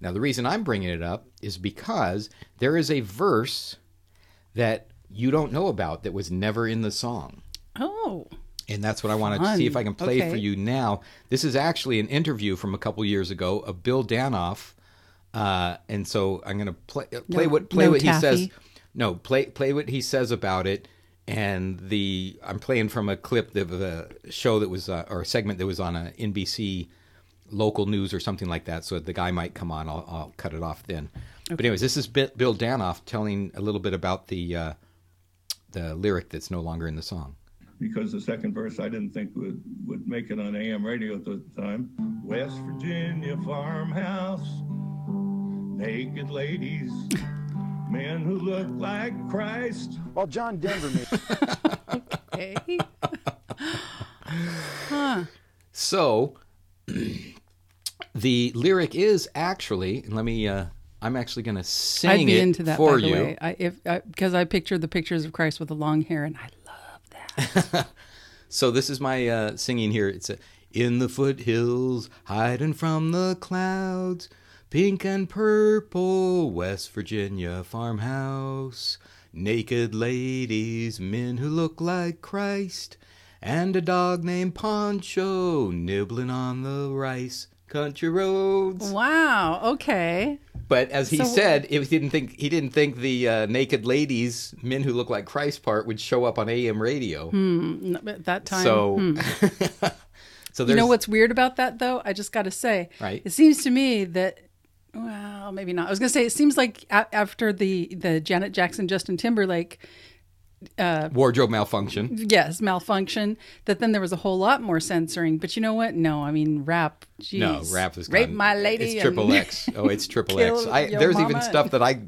Speaker 2: Now the reason I'm bringing it up is because there is a verse that you don't know about that was never in the song.
Speaker 1: Oh.
Speaker 2: And that's what I want to see if I can play for
Speaker 1: Okay.
Speaker 2: you now. This is actually an interview from a couple years ago of Bill Danoff, uh, and so I'm going to play uh, play what play
Speaker 1: no
Speaker 2: what he
Speaker 1: taffy.
Speaker 2: says. No, play play what he says about it. And the I'm playing from a clip of a show that was uh, or a segment that was on a NBC local news or something like that. So the guy might come on. I'll, I'll cut it off then. But anyways, this is Bi- Bill Danoff telling a little bit about the uh, the lyric that's no longer in the song.
Speaker 4: because the second verse I didn't think would, would make it on AM radio at the time. West Virginia farmhouse, naked ladies, men who look like Christ.
Speaker 5: While John Denver made
Speaker 1: Hey.
Speaker 2: So the lyric is actually, and let me, uh, I'm actually going to sing
Speaker 1: I'd be
Speaker 2: it
Speaker 1: into that
Speaker 2: for
Speaker 1: by the
Speaker 2: you.
Speaker 1: way. I, if because I, pictured the pictures of Christ with the long hair, and I love that.
Speaker 2: So this is my uh, singing here. It's a, in the foothills, hiding from the clouds, pink and purple West Virginia farmhouse, naked ladies, men who look like Christ, and a dog named Poncho nibbling on the rice. Country roads.
Speaker 1: wow. Okay.
Speaker 2: But as he
Speaker 1: So-
Speaker 2: said, if he didn't think he didn't think the uh, naked ladies, men who look like Christ part would show up on AM radio.
Speaker 1: No, but At that Hmm. time, Hmm.
Speaker 2: so, so there's
Speaker 1: you know what's weird about that though? I just got to say,
Speaker 2: Right.
Speaker 1: It seems to me that. Well, maybe not. I was gonna say it seems like a- after the the Janet Jackson Justin Timberlake
Speaker 2: wardrobe malfunction.
Speaker 1: yes malfunction that then there was a whole lot more censoring. But you know what? No, I mean rap. Geez.
Speaker 2: No, rap is
Speaker 1: rape
Speaker 2: gone.
Speaker 1: my lady.
Speaker 2: It's
Speaker 1: and-
Speaker 2: triple X. Oh, it's triple X.
Speaker 1: Kill
Speaker 2: I,
Speaker 1: your
Speaker 2: there's even
Speaker 1: mama.
Speaker 2: stuff that I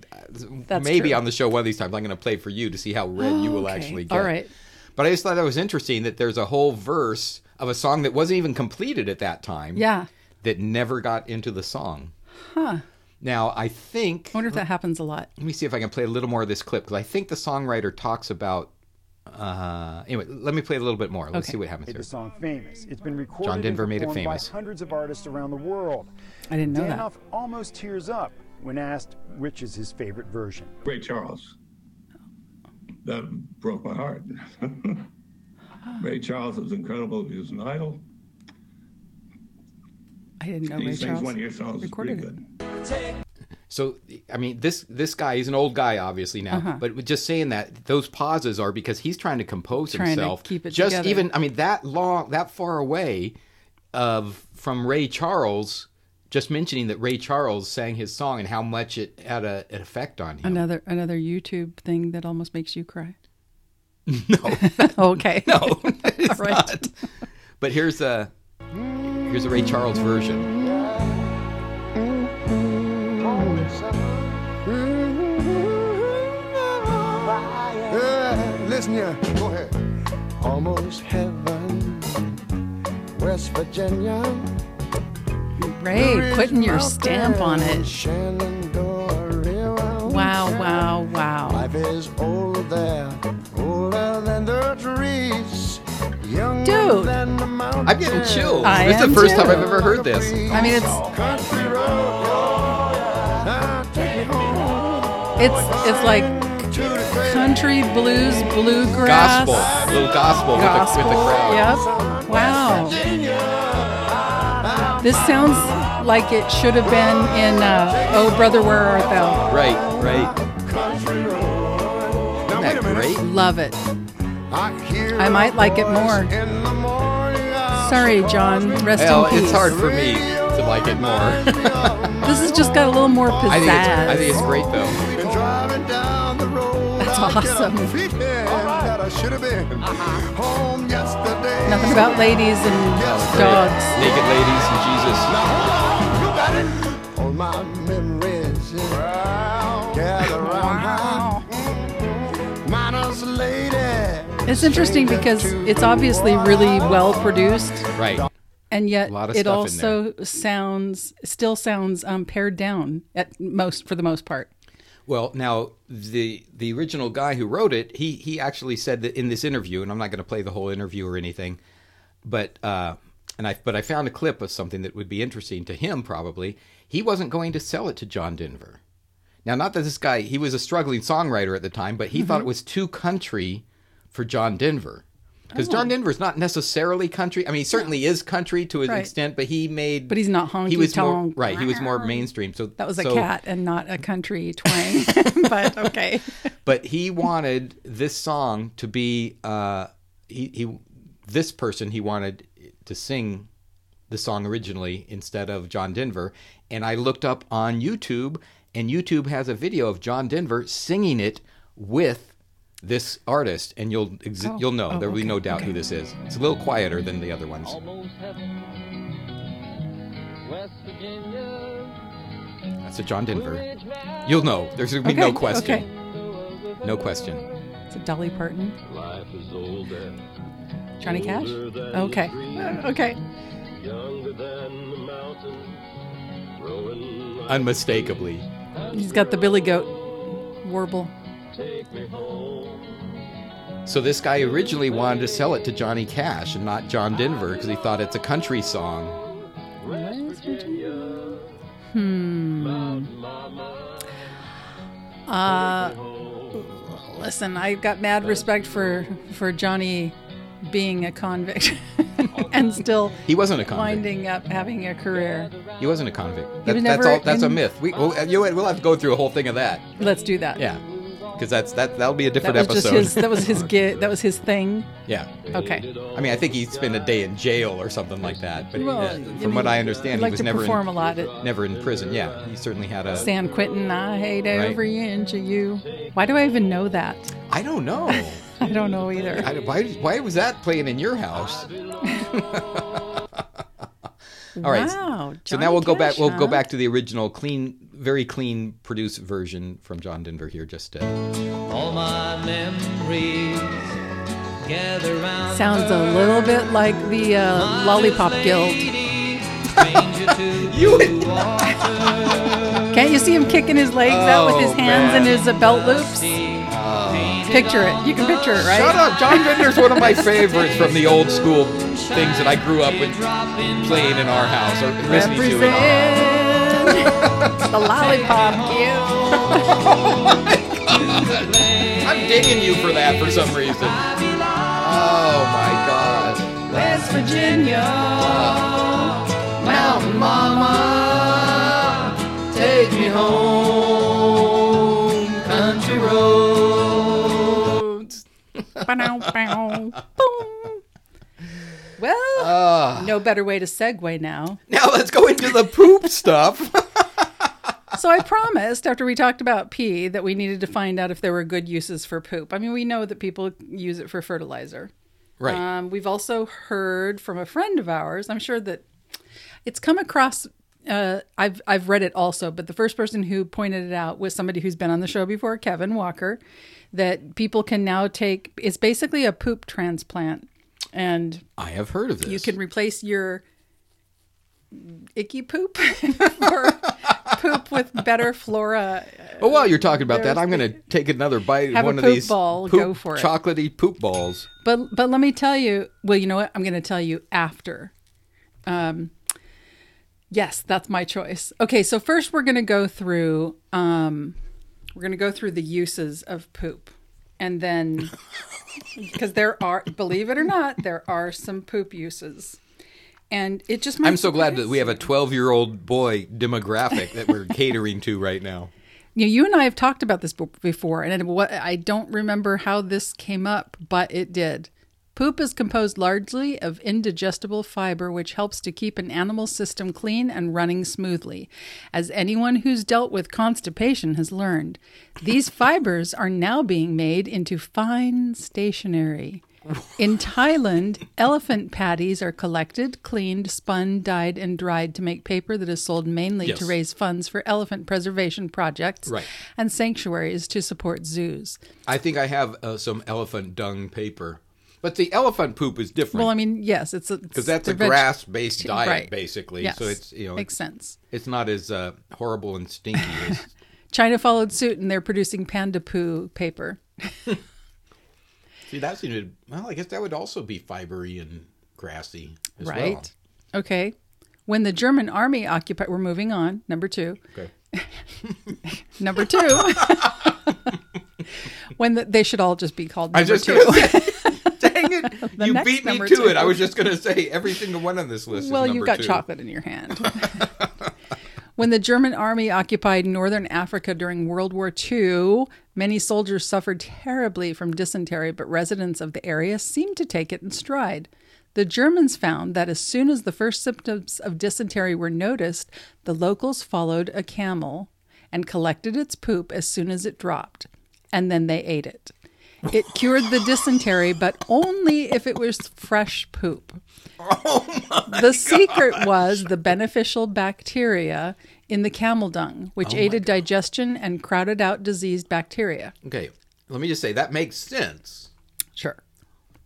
Speaker 2: maybe
Speaker 1: true.
Speaker 2: on the show one of these times I'm going to play for you to see how red you will
Speaker 1: okay.
Speaker 2: actually get.
Speaker 1: All right.
Speaker 2: But I just thought that was interesting that there's a whole verse of a song that wasn't even completed at that time.
Speaker 1: Yeah.
Speaker 2: That never got into the song. Huh. Now I think
Speaker 1: I wonder if that happens a lot.
Speaker 2: let me see if I can play a little more of this clip because I think the songwriter talks about. Uh, anyway, let me play a little bit more. Let's
Speaker 1: Okay.
Speaker 2: see what happens here.
Speaker 5: the song famous. It's been recorded
Speaker 2: John Denver
Speaker 5: and
Speaker 2: made it
Speaker 5: performed
Speaker 2: famous.
Speaker 5: by hundreds of artists around the world.
Speaker 1: I didn't know that.
Speaker 5: Danoff almost tears up when asked which is his favorite version.
Speaker 4: Ray Charles. That broke my heart. Ray Charles was incredible. He was an idol.
Speaker 1: I didn't know Ray
Speaker 4: These things
Speaker 1: Charles
Speaker 4: one year sounds pretty
Speaker 1: recorded it.
Speaker 4: good.
Speaker 2: So, I mean, this this guy he's an old guy, obviously now,
Speaker 1: Uh-huh.
Speaker 2: but with just saying that those pauses are because he's trying to compose
Speaker 1: Trying to
Speaker 2: himself.
Speaker 1: keep it
Speaker 2: just
Speaker 1: together.
Speaker 2: even, I mean, that long, that far away of from Ray Charles. Just mentioning that Ray Charles sang his song and how much it had a, an effect on him.
Speaker 1: Another another YouTube thing that almost makes you cry.
Speaker 2: No,
Speaker 1: okay. No.
Speaker 2: no, it's
Speaker 1: Right.
Speaker 2: not. But here's a here's a Ray Charles version.
Speaker 6: Yeah, listen here. Go ahead. Almost heaven, West Virginia.
Speaker 1: Ray, putting your stamp on it.
Speaker 6: Shenandoah River.
Speaker 1: Wow, wow, wow.
Speaker 6: Life is older there, older than the prairies, younger
Speaker 1: Dude.
Speaker 6: than the
Speaker 2: I'm getting
Speaker 6: mountains.
Speaker 2: chills.
Speaker 1: Hmm. I
Speaker 2: This is
Speaker 1: am
Speaker 2: the first
Speaker 1: too.
Speaker 2: time I've ever heard this.
Speaker 1: I mean, it's
Speaker 6: Country road, oh, now take me home
Speaker 1: it's it's like
Speaker 6: to the great
Speaker 1: country blues, bluegrass,
Speaker 2: Gospel, a little gospel,
Speaker 1: gospel.
Speaker 2: With, the, with the crowd.
Speaker 1: Yep. Wow. This sounds like it should have been in uh, Oh Brother Where Art Thou.
Speaker 2: Right, right.
Speaker 6: country road. Now,
Speaker 2: Isn't that
Speaker 6: wait a minute.
Speaker 2: great?
Speaker 1: Love it.
Speaker 6: I, hear
Speaker 1: I might
Speaker 6: a
Speaker 1: like it
Speaker 6: voice
Speaker 1: more.
Speaker 6: in the morning, I
Speaker 1: Sorry, John. Rest
Speaker 2: Well,
Speaker 1: in peace.
Speaker 2: it's hard for me to like it more.
Speaker 1: This has just got a little more pizzazz.
Speaker 2: I think it's, I think it's great though.
Speaker 6: Been driving down the road.
Speaker 1: That's
Speaker 6: I get
Speaker 1: awesome.
Speaker 6: a feeling that I should have been home yesterday.
Speaker 1: Nothing about ladies and dogs.
Speaker 2: Naked ladies and Jesus.
Speaker 6: All my memories gather round her. Miner's lady.
Speaker 1: It's interesting because it's obviously really well produced,
Speaker 2: Right.
Speaker 1: and yet
Speaker 2: Lot of
Speaker 1: it
Speaker 2: stuff in
Speaker 1: also sounds still sounds um, pared down at most for the most part.
Speaker 2: Well, now the the original guy who wrote it, he he actually said that in this interview, and I'm not going to play the whole interview or anything, but uh, and I but I found a clip of something that would be interesting to him probably. He wasn't going to sell it to John Denver. Now, not that this guy he was a struggling songwriter at the time, but
Speaker 1: Mm-hmm.
Speaker 2: he thought it was too country for John Denver. Because John
Speaker 1: Oh.
Speaker 2: Denver's not necessarily country. I mean, he certainly is country to an
Speaker 1: Right.
Speaker 2: extent, but he made.
Speaker 1: But he's not
Speaker 2: He was more,
Speaker 1: honky-tonk.
Speaker 2: right. He was more mainstream. So
Speaker 1: That was a
Speaker 2: so-
Speaker 1: cat and not a country twang, but okay.
Speaker 2: but he wanted this song to be uh he, he this person he wanted to sing the song originally instead of John Denver and I looked up on YouTube and YouTube has a video of John Denver singing it with this artist and you'll ex-
Speaker 1: Oh.
Speaker 2: you'll know there will be no doubt who this is it's a little quieter than the other ones
Speaker 3: Almost heaven. West Virginia.
Speaker 2: that's a John
Speaker 3: Blue
Speaker 2: Denver
Speaker 3: Ridge Mountains.
Speaker 2: you'll know there's gonna be no
Speaker 1: Okay,
Speaker 2: question
Speaker 1: okay.
Speaker 2: no question
Speaker 1: It's a Dolly Parton,
Speaker 3: Life is older.
Speaker 1: Johnny Cash.
Speaker 3: older than the
Speaker 1: Okay,
Speaker 3: trees,
Speaker 1: okay.
Speaker 3: Younger than the mountains. Growing like
Speaker 2: unmistakably
Speaker 1: He's got the Billy Goat warble.
Speaker 3: Take me home.
Speaker 2: So this guy originally wanted to sell it to Johnny Cash and not John Denver because he thought it's a country song.
Speaker 1: Uh, listen, I've got mad respect for for Johnny being a convict and still
Speaker 2: He wasn't a convict.
Speaker 1: winding up having a career.
Speaker 2: He wasn't a convict. That,
Speaker 1: was
Speaker 2: that's
Speaker 1: never
Speaker 2: all. That's a
Speaker 1: in-
Speaker 2: myth. We we'll, you know what, we'll have to go through a whole thing of that.
Speaker 1: Let's do that.
Speaker 2: Yeah, because that's that. That'll be a
Speaker 1: That
Speaker 2: different
Speaker 1: was
Speaker 2: episode.
Speaker 1: just his. That was his gig. That was his thing.
Speaker 2: yeah.
Speaker 1: Okay.
Speaker 2: I mean, I think he spent a day in jail or something like that. But
Speaker 1: Well,
Speaker 2: uh,
Speaker 1: I
Speaker 2: from
Speaker 1: mean,
Speaker 2: what I understand,
Speaker 1: I'd
Speaker 2: he
Speaker 1: like
Speaker 2: was
Speaker 1: to
Speaker 2: never
Speaker 1: perform
Speaker 2: in,
Speaker 1: a lot at
Speaker 2: never in prison. Yeah, he certainly had a.
Speaker 1: San Quentin. I hate every inch of you. Why do I even know that?
Speaker 2: I don't know.
Speaker 1: I don't know either.
Speaker 2: I, why why was that playing in your house? All right.
Speaker 1: Wow.
Speaker 2: So
Speaker 1: Johnny
Speaker 2: now we'll go back.
Speaker 1: Cash,
Speaker 2: We'll go
Speaker 1: huh?
Speaker 2: back to the original, clean, very clean, produced version from John Denver here. Just to,
Speaker 3: All my memories gather round.
Speaker 1: Sounds a little bit like the uh, Lollipop Guild.
Speaker 2: you
Speaker 1: Can't you see him kicking his legs out with his
Speaker 2: Oh,
Speaker 1: hands
Speaker 2: man. Oh.
Speaker 1: and his uh, belt loops? Picture it. You can picture it, right?
Speaker 2: shut up. John Denver's one of my favorites from the old school things that I grew up with playing in our house or listening to. in our house.
Speaker 1: Represent the lollipop guild.
Speaker 2: I'm digging you for that for some reason. Oh my God.
Speaker 3: West Virginia. Mountain Mama. Take me home. Country road.
Speaker 1: Bow, bow, boom. Well, no better way to segue now.
Speaker 2: Now let's go into the poop stuff.
Speaker 1: So I promised after we talked about pee that we needed to find out if there were good uses for poop. I mean, we know that people use it for fertilizer.
Speaker 2: Right.
Speaker 1: Um, we've also heard from a friend of ours. I'm sure that it's come across. Uh, I've I've read it also, but the first person who pointed it out was somebody who's been on the show before, Kevin Walker, that people can now take. It's basically a poop transplant, and
Speaker 2: I have heard of this.
Speaker 1: you can replace your icky poop for poop with better flora.
Speaker 2: Well, Oh, while you're talking about that,
Speaker 1: There's
Speaker 2: I'm going to take another bite of
Speaker 1: Have a
Speaker 2: one of
Speaker 1: poop
Speaker 2: these
Speaker 1: ball,
Speaker 2: poop,
Speaker 1: go for it.
Speaker 2: chocolatey poop balls.
Speaker 1: But but let me tell you. Well, you know what? I'm going to tell you after. Um, yes, that's my choice. Okay, so first we're going to go through. Um, we're going to go through the uses of poop, and then because there are, believe it or not, there are some poop uses, and it just. Might
Speaker 2: I'm so glad that
Speaker 1: surprise
Speaker 2: we have a 12 year old boy demographic that we're catering to right now.
Speaker 1: you know, you and I have talked about this book before, and it, what I don't remember how this came up, but it did. Poop is composed largely of indigestible fiber, which helps to keep an animal's system clean and running smoothly. As anyone who's dealt with constipation has learned, these fibers are now being made into fine stationery. In Thailand, elephant patties are collected, cleaned, spun, dyed, and dried to make paper that is sold mainly
Speaker 2: Yes.
Speaker 1: to raise funds for elephant preservation projects
Speaker 2: Right.
Speaker 1: and sanctuaries to support zoos.
Speaker 2: I think I have uh, some elephant dung paper, but the elephant poop is different.
Speaker 1: Well, I mean, yes, it's because
Speaker 2: because that's a grass based diet, basically.
Speaker 1: Yes.
Speaker 2: So it's you know
Speaker 1: makes
Speaker 2: it's,
Speaker 1: sense.
Speaker 2: it's not as uh, horrible and stinky. as...
Speaker 1: China followed suit, and they're producing panda poo paper.
Speaker 2: See, that seemed well. I guess that would also be fibery and grassy, as Well.
Speaker 1: Right. Okay. When the German army occupied, we're moving on. Number two.
Speaker 2: Okay.
Speaker 1: Number two. when the, they should all just be called
Speaker 2: I
Speaker 1: number
Speaker 2: just
Speaker 1: two.
Speaker 2: gonna say, dang it! you
Speaker 1: next
Speaker 2: beat me
Speaker 1: number
Speaker 2: to
Speaker 1: two.
Speaker 2: it. I was just going to say every single one on this list.
Speaker 1: well,
Speaker 2: is
Speaker 1: you've
Speaker 2: number
Speaker 1: got
Speaker 2: two.
Speaker 1: chocolate in your hand. when the German army occupied northern Africa during World War II, many soldiers suffered terribly from dysentery, but residents of the area seemed to take it in stride. The Germans found that as soon as the first symptoms of dysentery were noticed, the locals followed a camel and collected its poop as soon as it dropped, and then they ate it. It cured the dysentery, but only if it was fresh poop the secret was the beneficial bacteria in the camel dung,
Speaker 2: Oh
Speaker 1: which aided digestion and crowded out diseased bacteria.
Speaker 2: Okay, let me just say that makes sense.
Speaker 1: Sure.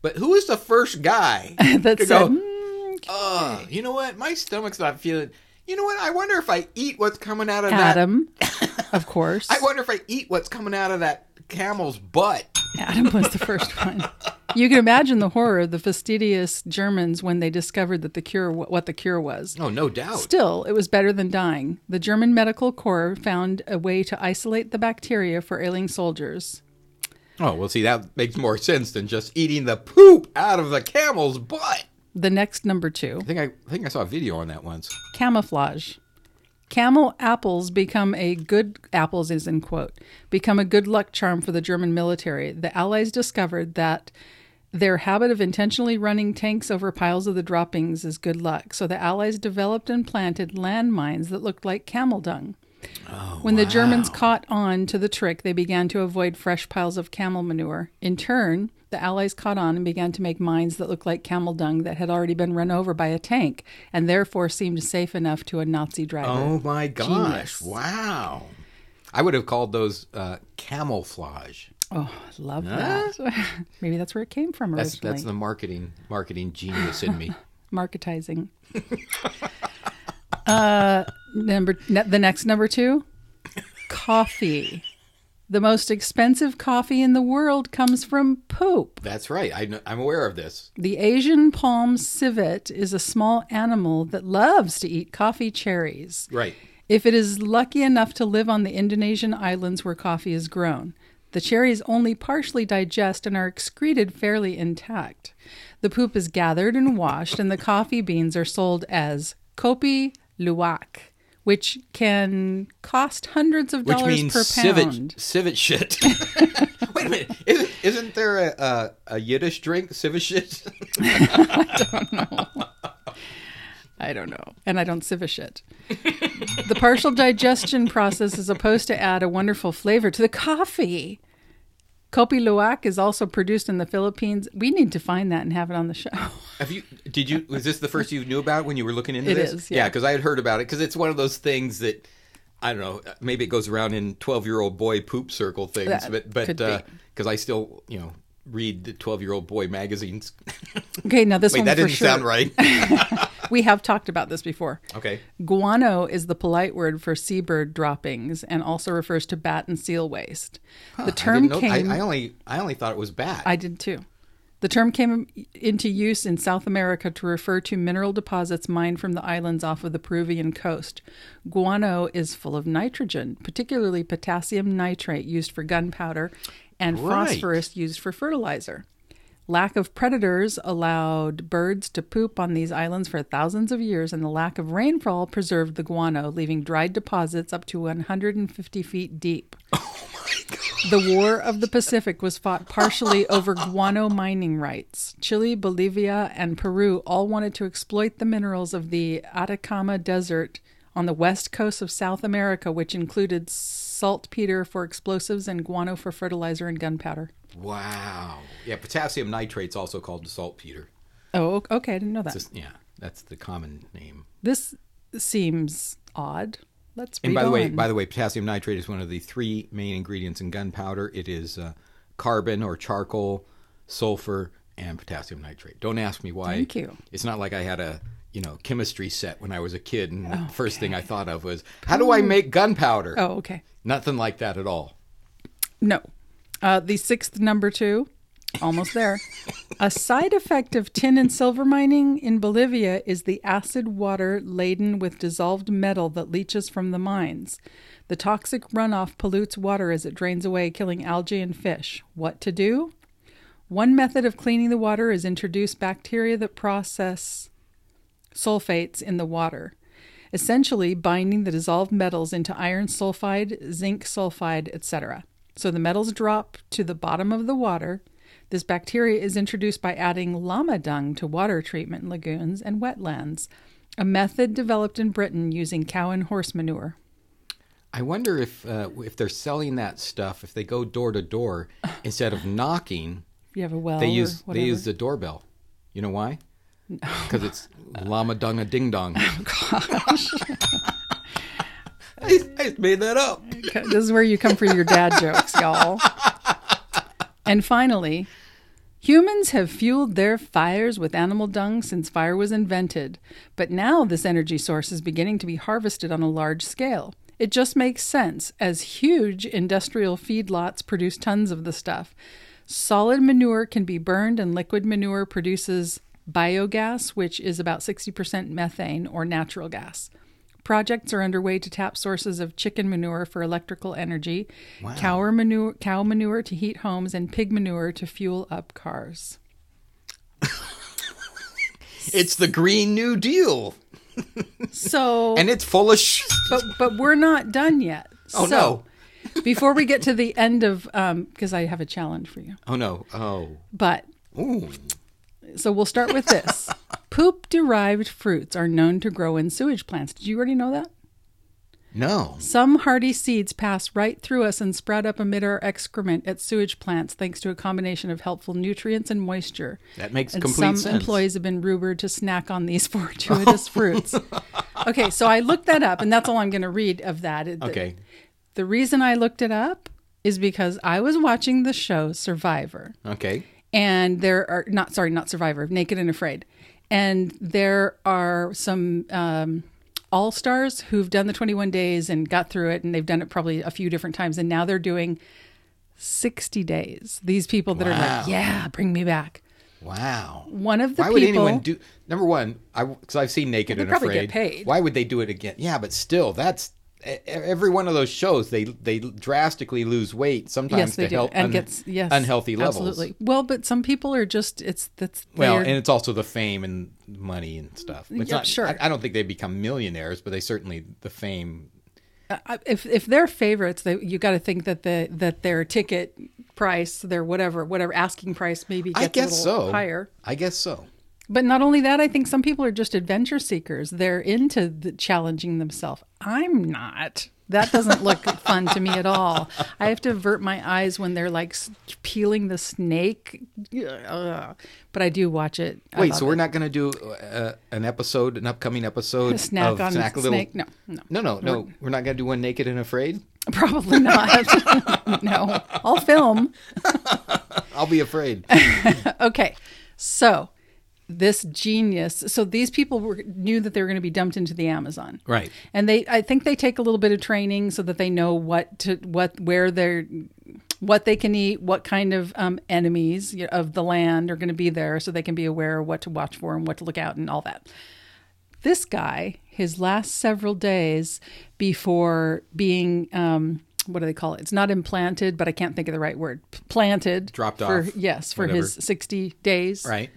Speaker 2: But who is the first guy
Speaker 1: That
Speaker 2: to
Speaker 1: said,
Speaker 2: go?
Speaker 1: "Mm,
Speaker 2: "Ugh, you know what? My stomach's not feeling. You know what? I wonder if I eat what's coming out of that.
Speaker 1: Adam, of course.
Speaker 2: I wonder if I eat what's coming out of that camel's butt.
Speaker 1: Adam was the first one. You can imagine the horror of the fastidious Germans when they discovered that the cure what the cure was.
Speaker 2: Oh, no doubt.
Speaker 1: Still, it was better than dying. The German medical corps found a way to isolate the bacteria for ailing soldiers.
Speaker 2: Oh, well, see, that makes more sense than just eating the poop out of the camel's butt.
Speaker 1: The next number 2.
Speaker 2: I think I, I think I saw a video on that once.
Speaker 1: camouflage. Camel apples become a good apples is in quote become a good luck charm for the German military. The Allies discovered that their habit of intentionally running tanks over piles of the droppings is good luck. So the Allies developed and planted landmines that looked like camel dung. When the Germans caught on to the trick, they began to avoid fresh piles of camel manure. In turn, the Allies caught on and began to make mines that looked like camel dung that had already been run over by a tank and therefore seemed safe enough to a Nazi driver.
Speaker 2: Oh my gosh!
Speaker 1: Genius.
Speaker 2: Wow. I would have called those uh, camouflage.
Speaker 1: Oh, I love that. Maybe that's where it came from originally.
Speaker 2: That's that's the marketing marketing genius in me.
Speaker 1: Marketizing. uh, number ne- the next number two, coffee. The most expensive coffee in the world comes from poop.
Speaker 2: That's right. I kn- I'm aware of this.
Speaker 1: The Asian palm civet is a small animal that loves to eat coffee cherries.
Speaker 2: Right.
Speaker 1: If it is lucky enough to live on the Indonesian islands where coffee is grown, the cherries only partially digest and are excreted fairly intact. The poop is gathered and washed, and the coffee beans are sold as kopi luwak, which can cost hundreds of
Speaker 2: Which
Speaker 1: dollars
Speaker 2: means
Speaker 1: per pound.
Speaker 2: civet civet shit. Wait a minute. Isn't, isn't there a, a a Yiddish drink civet shit?
Speaker 1: I don't know. And I don't civish it. the partial digestion process is supposed to add a wonderful flavor to the coffee. Kopi Luwak is also produced in the Philippines. We need to find that and have it on the show.
Speaker 2: Have you? Did you? Was this the first you knew about when you were looking into
Speaker 1: It
Speaker 2: this?
Speaker 1: is, yeah.
Speaker 2: because I had heard about it. Because it's one of those things that I don't know. Maybe it goes around in twelve-year-old boy poop circle things,
Speaker 1: That
Speaker 2: but but
Speaker 1: could be.
Speaker 2: because I still you know read the twelve-year-old boy magazines.
Speaker 1: Okay, now this
Speaker 2: Wait,
Speaker 1: one
Speaker 2: that
Speaker 1: for
Speaker 2: didn't
Speaker 1: sure.
Speaker 2: sound right.
Speaker 1: we have talked about this before.
Speaker 2: Okay.
Speaker 1: Guano is the polite word for seabird droppings and also refers to bat and seal waste. the term
Speaker 2: I, didn't know,
Speaker 1: came.
Speaker 2: I, I only I only thought it was bat.
Speaker 1: I did too. The term came into use in South America to refer to mineral deposits mined from the islands off of the Peruvian coast. Guano is full of nitrogen, particularly potassium nitrate used for gunpowder and
Speaker 2: Right.
Speaker 1: phosphorus used for fertilizer. Lack of predators allowed birds to poop on these islands for thousands of years, and the lack of rainfall preserved the guano, leaving dried deposits up to 150 feet deep. The War of the Pacific was fought partially over guano mining rights. Chile, Bolivia, and Peru all wanted to exploit the minerals of the Atacama Desert on the west coast of South America, which included saltpeter for explosives and guano for fertilizer and gunpowder.
Speaker 2: wow. Yeah, potassium nitrate's also called saltpeter.
Speaker 1: Oh, o- okay, I didn't know that.
Speaker 2: Just- yeah, that's the common name.
Speaker 1: This seems odd. Let's read
Speaker 2: And by the way,
Speaker 1: on.
Speaker 2: by the way, potassium nitrate is one of the three main ingredients in gunpowder. It is uh, carbon or charcoal, sulfur, and potassium nitrate. Don't ask me why.
Speaker 1: Thank you.
Speaker 2: It's not like I had a you know chemistry set when I was a kid, and the first thing I thought of was how do I make gunpowder?
Speaker 1: Hmm. oh, okay.
Speaker 2: Nothing like that at all.
Speaker 1: No. Uh, the sixth number two, almost there. a side effect of tin and silver mining in Bolivia is the acid water laden with dissolved metal that leaches from the mines. The toxic runoff pollutes water as it drains away, killing algae and fish. What to do? One method of cleaning the water is introduce bacteria that process sulfates in the water, essentially binding the dissolved metals into iron sulfide, zinc sulfide, etc. So the metals drop to the bottom of the water. This bacteria is introduced by adding llama dung to water treatment lagoons and wetlands, a method developed in Britain using cow and horse manure.
Speaker 2: I wonder if uh, if they're selling that stuff, if they go door to door instead of knocking,
Speaker 1: You have a well
Speaker 2: they
Speaker 1: or
Speaker 2: use they
Speaker 1: whatever.
Speaker 2: use the doorbell. You know why? Because it's llama dunga ding dong.
Speaker 1: Oh,
Speaker 2: I, I just made that up.
Speaker 1: Okay, this is where you come for your dad jokes, y'all. And finally, humans have fueled their fires with animal dung since fire was invented, but now this energy source is beginning to be harvested on a large scale. It just makes sense, as huge industrial feedlots produce tons of the stuff. Solid manure can be burned, and liquid manure produces biogas, which is about 60% methane or natural gas. Projects are underway to tap sources of chicken manure for electrical energy, cow manure, cow manure to heat homes, and pig manure to fuel up cars.
Speaker 2: It's the Green New Deal,
Speaker 1: So,
Speaker 2: and it's full of sh-
Speaker 1: but but we're not done yet.
Speaker 2: Oh no!
Speaker 1: no! before we get to the end of, um, because I have a challenge for you.
Speaker 2: Oh no! Oh,
Speaker 1: But
Speaker 2: ooh,
Speaker 1: so we'll start with this. Poop-derived fruits are known to grow in sewage plants. Did you already know that?
Speaker 2: no!
Speaker 1: Some hardy seeds pass right through us and sprout up amid our excrement at sewage plants thanks to a combination of helpful nutrients and moisture.
Speaker 2: That makes
Speaker 1: and
Speaker 2: complete
Speaker 1: some
Speaker 2: sense. Oh.
Speaker 1: employees have been rumored to snack on these fortuitous fruits. Okay, so I looked that up, and that's all I'm going to read of that. It-
Speaker 2: Okay,
Speaker 1: The, the reason I looked it up is because I was watching the show Survivor,
Speaker 2: okay.
Speaker 1: and there are not sorry, not Survivor, Naked and Afraid, and there are some. Um, all stars who've done the 21 days and got through it, and they've done it probably a few different times, and now they're doing 60 days. These people that are
Speaker 2: Wow.
Speaker 1: like, yeah, bring me back.
Speaker 2: Wow.
Speaker 1: One of the
Speaker 2: Why would
Speaker 1: people-
Speaker 2: anyone do? Number one, I because I've seen Naked
Speaker 1: They
Speaker 2: and
Speaker 1: probably get
Speaker 2: Afraid.
Speaker 1: paid.
Speaker 2: Why would they do it again? Yeah, but still, that's e- e- every one of those shows. They they drastically lose weight sometimes
Speaker 1: yes, they
Speaker 2: to
Speaker 1: do,
Speaker 2: help
Speaker 1: and
Speaker 2: un-
Speaker 1: gets yes,
Speaker 2: unhealthy levels.
Speaker 1: Absolutely. Well, but some people are just it's that's
Speaker 2: Well,
Speaker 1: they're-
Speaker 2: and it's also the fame and money and stuff. It's
Speaker 1: Yeah,
Speaker 2: not-
Speaker 1: sure.
Speaker 2: I, I don't think they become millionaires, but they certainly the fame.
Speaker 1: I- if if they're favorites, they, you got to think that the that their ticket price, their whatever whatever asking price, maybe gets
Speaker 2: I guess
Speaker 1: a little
Speaker 2: so.
Speaker 1: higher.
Speaker 2: I guess so.
Speaker 1: But not only that, I think some people are just adventure seekers. They're into the challenging themselves. I'm not. That doesn't look fun to me at all. I have to avert my eyes when they're like s- peeling the snake. Ugh. But I do watch it. I
Speaker 2: Wait,
Speaker 1: love
Speaker 2: so
Speaker 1: it.
Speaker 2: we're not going to do uh, an episode, an upcoming episode
Speaker 1: Snack
Speaker 2: of
Speaker 1: on
Speaker 2: snack a little.
Speaker 1: Snake? No, no.
Speaker 2: no, no, no. we're not going to do one naked and afraid.
Speaker 1: Probably not. no, I'll film.
Speaker 2: I'll be afraid.
Speaker 1: Okay, so this genius. So these people were, knew that they were going to be dumped into the Amazon,
Speaker 2: Right.
Speaker 1: And they, I think they take a little bit of training so that they know what to, what, where they're, what they can eat, what kind of um, enemies you know, of the land are going to be there, so they can be aware of what to watch for and what to look out and all that. This guy, his last several days before being, um, what do they call it? It's not implanted, but I can't think of the right word. P- Planted,
Speaker 2: Dropped
Speaker 1: for,
Speaker 2: off,
Speaker 1: Yes, for
Speaker 2: whatever.
Speaker 1: his sixty days
Speaker 2: Right.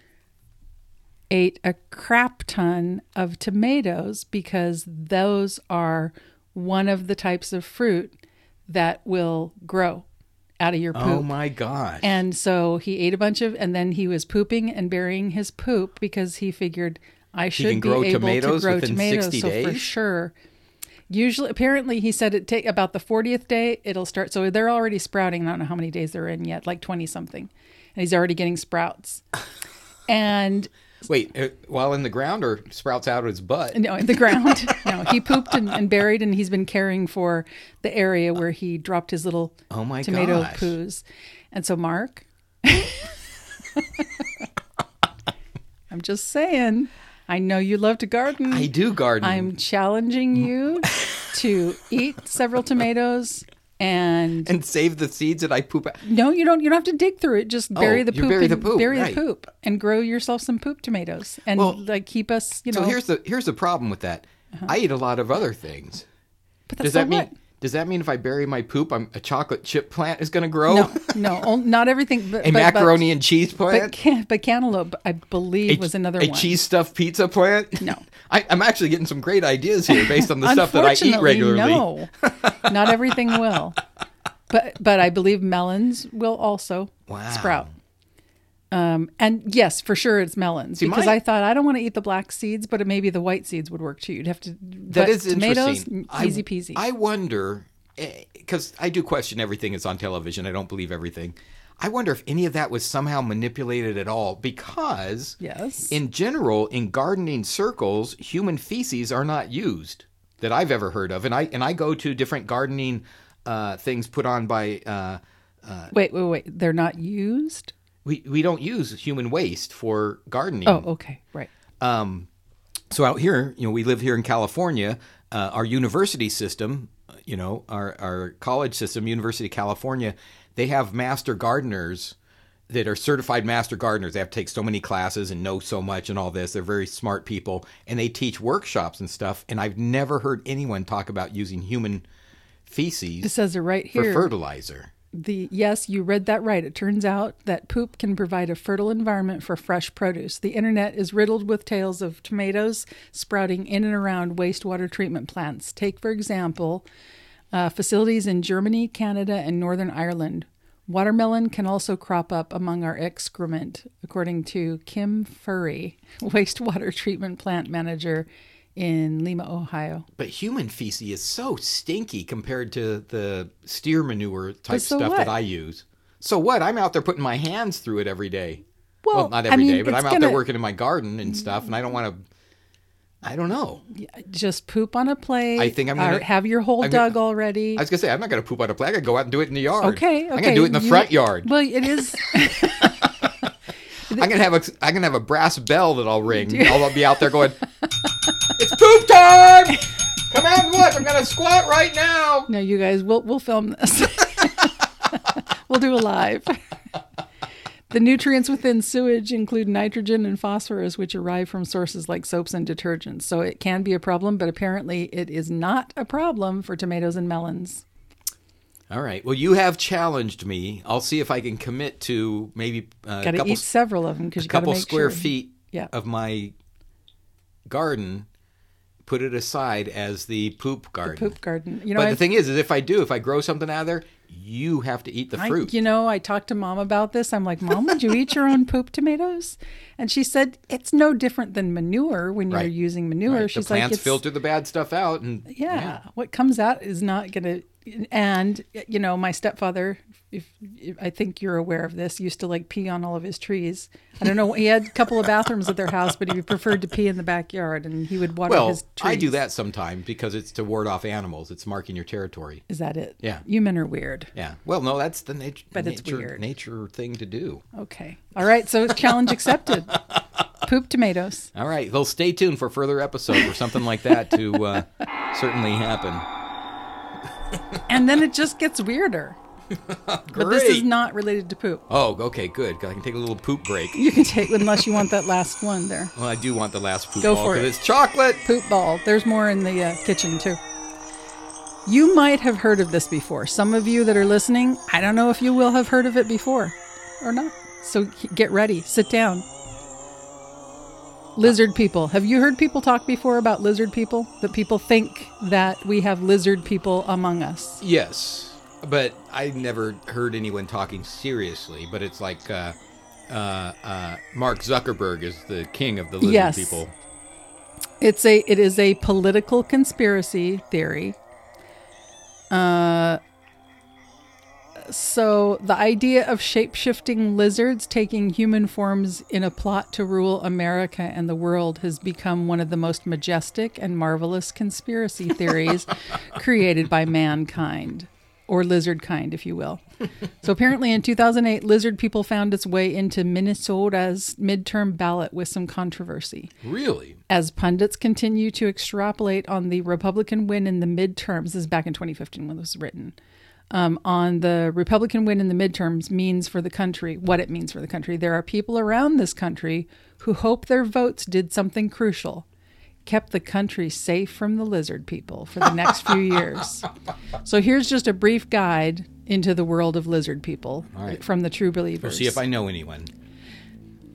Speaker 1: ate a crap ton of tomatoes because those are one of the types of fruit that will grow out of your poop.
Speaker 2: Oh my gosh.
Speaker 1: And so he ate a bunch of, and then he was pooping and burying his poop because he figured I should
Speaker 2: can
Speaker 1: be
Speaker 2: grow
Speaker 1: able
Speaker 2: tomatoes
Speaker 1: to grow
Speaker 2: within
Speaker 1: tomatoes.
Speaker 2: 60
Speaker 1: so for
Speaker 2: days?
Speaker 1: sure. Usually, apparently, he said it take about the fortieth day it'll start. So they're already sprouting. I don't know how many days they're in yet, like twenty something, and he's already getting sprouts. and
Speaker 2: Wait, uh, while in the ground or sprouts out of his butt?
Speaker 1: no, in the ground. no, he pooped and, and buried, and he's been caring for the area where he dropped his little
Speaker 2: Oh my
Speaker 1: tomato
Speaker 2: gosh.
Speaker 1: poos. And so, Mark, I'm just saying, I know you love to garden.
Speaker 2: I do garden.
Speaker 1: I'm challenging you to eat several tomatoes. And
Speaker 2: and save the seeds that I poop out.
Speaker 1: no, you don't. You don't have to dig through it. Just bury the
Speaker 2: Oh, you
Speaker 1: poop.
Speaker 2: bury
Speaker 1: and
Speaker 2: the poop,
Speaker 1: Bury
Speaker 2: right.
Speaker 1: the poop, and grow yourself some poop tomatoes, and
Speaker 2: Well,
Speaker 1: like keep us. You know.
Speaker 2: So here's the here's the problem with that. I eat a lot of other things.
Speaker 1: but
Speaker 2: Does
Speaker 1: Uh-huh. so
Speaker 2: that mean
Speaker 1: what?
Speaker 2: does that mean if I bury my poop, I'm a chocolate chip plant is going to grow?
Speaker 1: No, no, on- not everything. But,
Speaker 2: Oh. a
Speaker 1: but-
Speaker 2: macaroni and cheese
Speaker 1: But,
Speaker 2: plant?
Speaker 1: but, can, but cantaloupe, I believe,
Speaker 2: A-
Speaker 1: was another
Speaker 2: a
Speaker 1: one.
Speaker 2: cheese stuffed pizza plant?
Speaker 1: No.
Speaker 2: I, I'm actually getting some great ideas here based on the stuff that I eat
Speaker 1: Unfortunately,
Speaker 2: regularly.
Speaker 1: No, not everything will. But but I believe melons will also
Speaker 2: Wow.
Speaker 1: sprout. Um, and yes, for sure it's melons because
Speaker 2: my-
Speaker 1: I thought I don't want to eat the black seeds, but maybe the white seeds would work too. You'd have to.
Speaker 2: That
Speaker 1: but
Speaker 2: is
Speaker 1: tomatoes,
Speaker 2: interesting.
Speaker 1: m- easy peasy.
Speaker 2: I, I wonder because I do question everything that's on television. I don't believe everything. I wonder if any of that was somehow manipulated at all because
Speaker 1: Yes.
Speaker 2: in general in gardening circles human feces are not used that I've ever heard of and I and I go to different gardening uh, things put on by uh,
Speaker 1: wait, wait, wait. They're not used.
Speaker 2: we we don't use human waste for gardening.
Speaker 1: Oh, okay, right.
Speaker 2: so out here, you know, we live here in California. Uh, our university system, you know, our our college system, University of California, they have master gardeners that are certified master gardeners. They have to take so many classes and know so much and all this. They're very smart people, and they teach workshops and stuff. And I've never heard anyone talk about using human
Speaker 1: It
Speaker 2: feces
Speaker 1: says it right
Speaker 2: for
Speaker 1: here.
Speaker 2: fertilizer.
Speaker 1: The yes, you read that right. It turns out that poop can provide a fertile environment for fresh produce. The internet is riddled with tales of tomatoes sprouting in and around wastewater treatment plants. Take for example, uh, facilities in Germany, Canada, and Northern Ireland. Watermelon can also crop up among our excrement, according to Kim Furry, wastewater treatment plant manager in Lima, Ohio.
Speaker 2: But human feces is so stinky compared to the steer manure type
Speaker 1: so
Speaker 2: stuff
Speaker 1: what?
Speaker 2: that I use. So what? I'm out there putting my hands through it every day. Well,
Speaker 1: Well,
Speaker 2: not
Speaker 1: I
Speaker 2: every day,
Speaker 1: mean,
Speaker 2: but
Speaker 1: it's
Speaker 2: I'm out there
Speaker 1: gonna-
Speaker 2: working in my garden and stuff, and I don't want to. I don't know.
Speaker 1: Just poop on a plate.
Speaker 2: I think I'm
Speaker 1: or
Speaker 2: gonna-
Speaker 1: have your hole
Speaker 2: I'm gonna-
Speaker 1: dug already.
Speaker 2: I was gonna say I'm not gonna poop out a plant. I gotta go out and do it in the yard.
Speaker 1: Okay, okay.
Speaker 2: I'm gonna do it in the
Speaker 1: You-
Speaker 2: front yard.
Speaker 1: Well, it is.
Speaker 2: I'm gonna have a I'm gonna have a brass bell that I'll ring. I'll be out there going, "It's poop time! Come out and look! I'm gonna squat right now."
Speaker 1: no, you guys, we'll we'll film this. we'll do a live. The nutrients within sewage include nitrogen and phosphorus, which arrive from sources like soaps and detergents. So it can be a problem, but apparently it is not a problem for tomatoes and melons.
Speaker 2: All right. Well, you have challenged me. I'll see if I can commit to maybe uh,
Speaker 1: Got
Speaker 2: a
Speaker 1: to
Speaker 2: couple,
Speaker 1: eat several of them because you got to
Speaker 2: couple
Speaker 1: make
Speaker 2: square
Speaker 1: sure.
Speaker 2: feet
Speaker 1: Yeah.
Speaker 2: of my garden, put it aside as the poop garden.
Speaker 1: Poop garden. You know,
Speaker 2: but
Speaker 1: I-
Speaker 2: the thing is, is if I do, if I grow something out of there, you have to eat the
Speaker 1: I,
Speaker 2: fruit.
Speaker 1: you know, I talked to mom about this. I'm like, Mom, would you eat your own poop tomatoes? And she said, It's no different than manure when you're
Speaker 2: Right.
Speaker 1: using manure.
Speaker 2: Right. The
Speaker 1: She's like,
Speaker 2: plants
Speaker 1: it's,
Speaker 2: filter the bad stuff out, and
Speaker 1: yeah, what comes out is not going to. And, you know, my stepfather, if, if I think you're aware of this, used to like pee on all of his trees. I don't know. He had a couple of bathrooms at their house, but he preferred to pee in the backyard and he would water
Speaker 2: Well,
Speaker 1: his trees.
Speaker 2: I do that sometimes because it's to ward off animals. It's marking your territory.
Speaker 1: Is that it?
Speaker 2: Yeah.
Speaker 1: You men are weird.
Speaker 2: Yeah. Well, no, that's the nat-
Speaker 1: But it's
Speaker 2: nature
Speaker 1: weird.
Speaker 2: nature thing to do.
Speaker 1: Okay. All right. So challenge accepted. Poop tomatoes.
Speaker 2: All right. Well, stay tuned for further episode or something like that to uh, certainly happen.
Speaker 1: And then it just gets weirder. But this is not related to poop.
Speaker 2: Oh, okay, good. 'cause I can take a little poop break.
Speaker 1: You can take unless you want that last one there.
Speaker 2: Well, I do want the last poop
Speaker 1: Go
Speaker 2: ball
Speaker 1: for
Speaker 2: 'cause
Speaker 1: it.
Speaker 2: it's chocolate.
Speaker 1: poop ball. There's more in the uh, kitchen too. You might have heard of this before. Some of you that are listening, I don't know if you will have heard of it before or not. So k- get ready, sit down. Lizard people. Have you heard people talk before about lizard people? That people think that we have lizard people among us.
Speaker 2: Yes, but I never heard anyone talking seriously. But it's like uh, uh, uh, Mark Zuckerberg is the king of the lizard
Speaker 1: Yes.
Speaker 2: people.
Speaker 1: It's a it is a political conspiracy theory. Uh, so the idea of shape-shifting lizards taking human forms in a plot to rule America and the world has become one of the most majestic and marvelous conspiracy theories created by mankind or lizard kind if you will. So apparently in 2008 lizard people found its way into Minnesota's midterm ballot with some controversy.
Speaker 2: Really?
Speaker 1: As pundits continue to extrapolate on the Republican win in the midterms, this is back in 2015 when this was written, um, on the Republican win in the midterms means for the country, what it means for the country. There are people around this country who hope their votes did something crucial, kept the country safe from the lizard people for the next few years. So here's just a brief guide into the world of lizard people
Speaker 2: right.
Speaker 1: from the true believers.
Speaker 2: We'll see if I know anyone.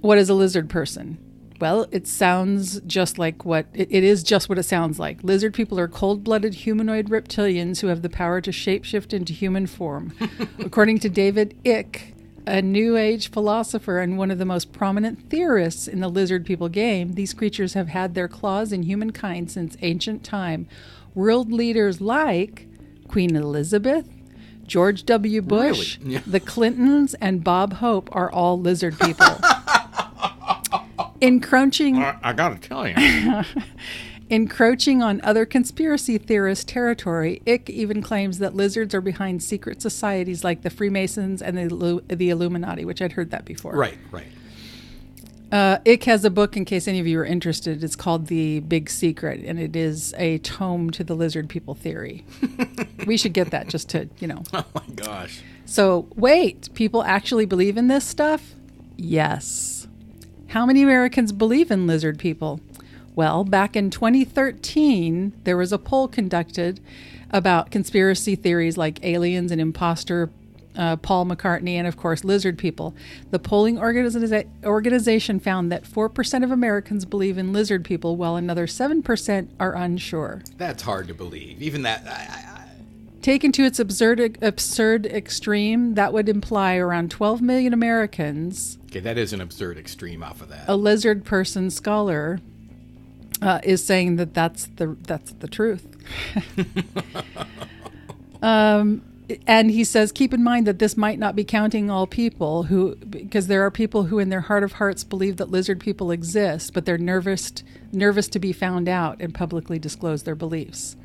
Speaker 1: What is a lizard person? Well, it sounds just like what it, it is just what it sounds like. Lizard people are cold blooded humanoid reptilians who have the power to shapeshift into human form. According to David Icke, a New Age philosopher and one of the most prominent theorists in the lizard people game, these creatures have had their claws in humankind since ancient time. World leaders like Queen Elizabeth, George W. Bush,
Speaker 2: Really? Yeah.
Speaker 1: the Clintons, and Bob Hope are all lizard people. Encroaching,
Speaker 2: I gotta tell you.
Speaker 1: encroaching on other conspiracy theorist territory, Ick even claims that lizards are behind secret societies like the Freemasons and the, Illu- the Illuminati, which I'd heard that before.
Speaker 2: right, right.
Speaker 1: Uh, Ick has a book, in case any of you are interested. It's called The Big Secret, and it is a tome to the lizard people theory. we should get that just to, you know.
Speaker 2: Oh my gosh.
Speaker 1: So, wait, people actually believe in this stuff? Yes. How many Americans believe in lizard people? Well, back in 2013, there was a poll conducted about conspiracy theories like aliens and imposter uh, Paul McCartney and, of course, lizard people. The polling organiza- organization found that 4% of Americans believe in lizard people, while another 7% are unsure.
Speaker 2: That's hard to believe. Even that. I, I,
Speaker 1: Taken to its absurd absurd extreme, that would imply around 12 million Americans.
Speaker 2: okay, that is an absurd extreme off of that.
Speaker 1: A lizard person scholar uh, is saying that that's the that's the truth. um, and he says, keep in mind that this might not be counting all people who, because there are people who, in their heart of hearts, believe that lizard people exist, but they're nervous nervous to be found out and publicly disclose their beliefs.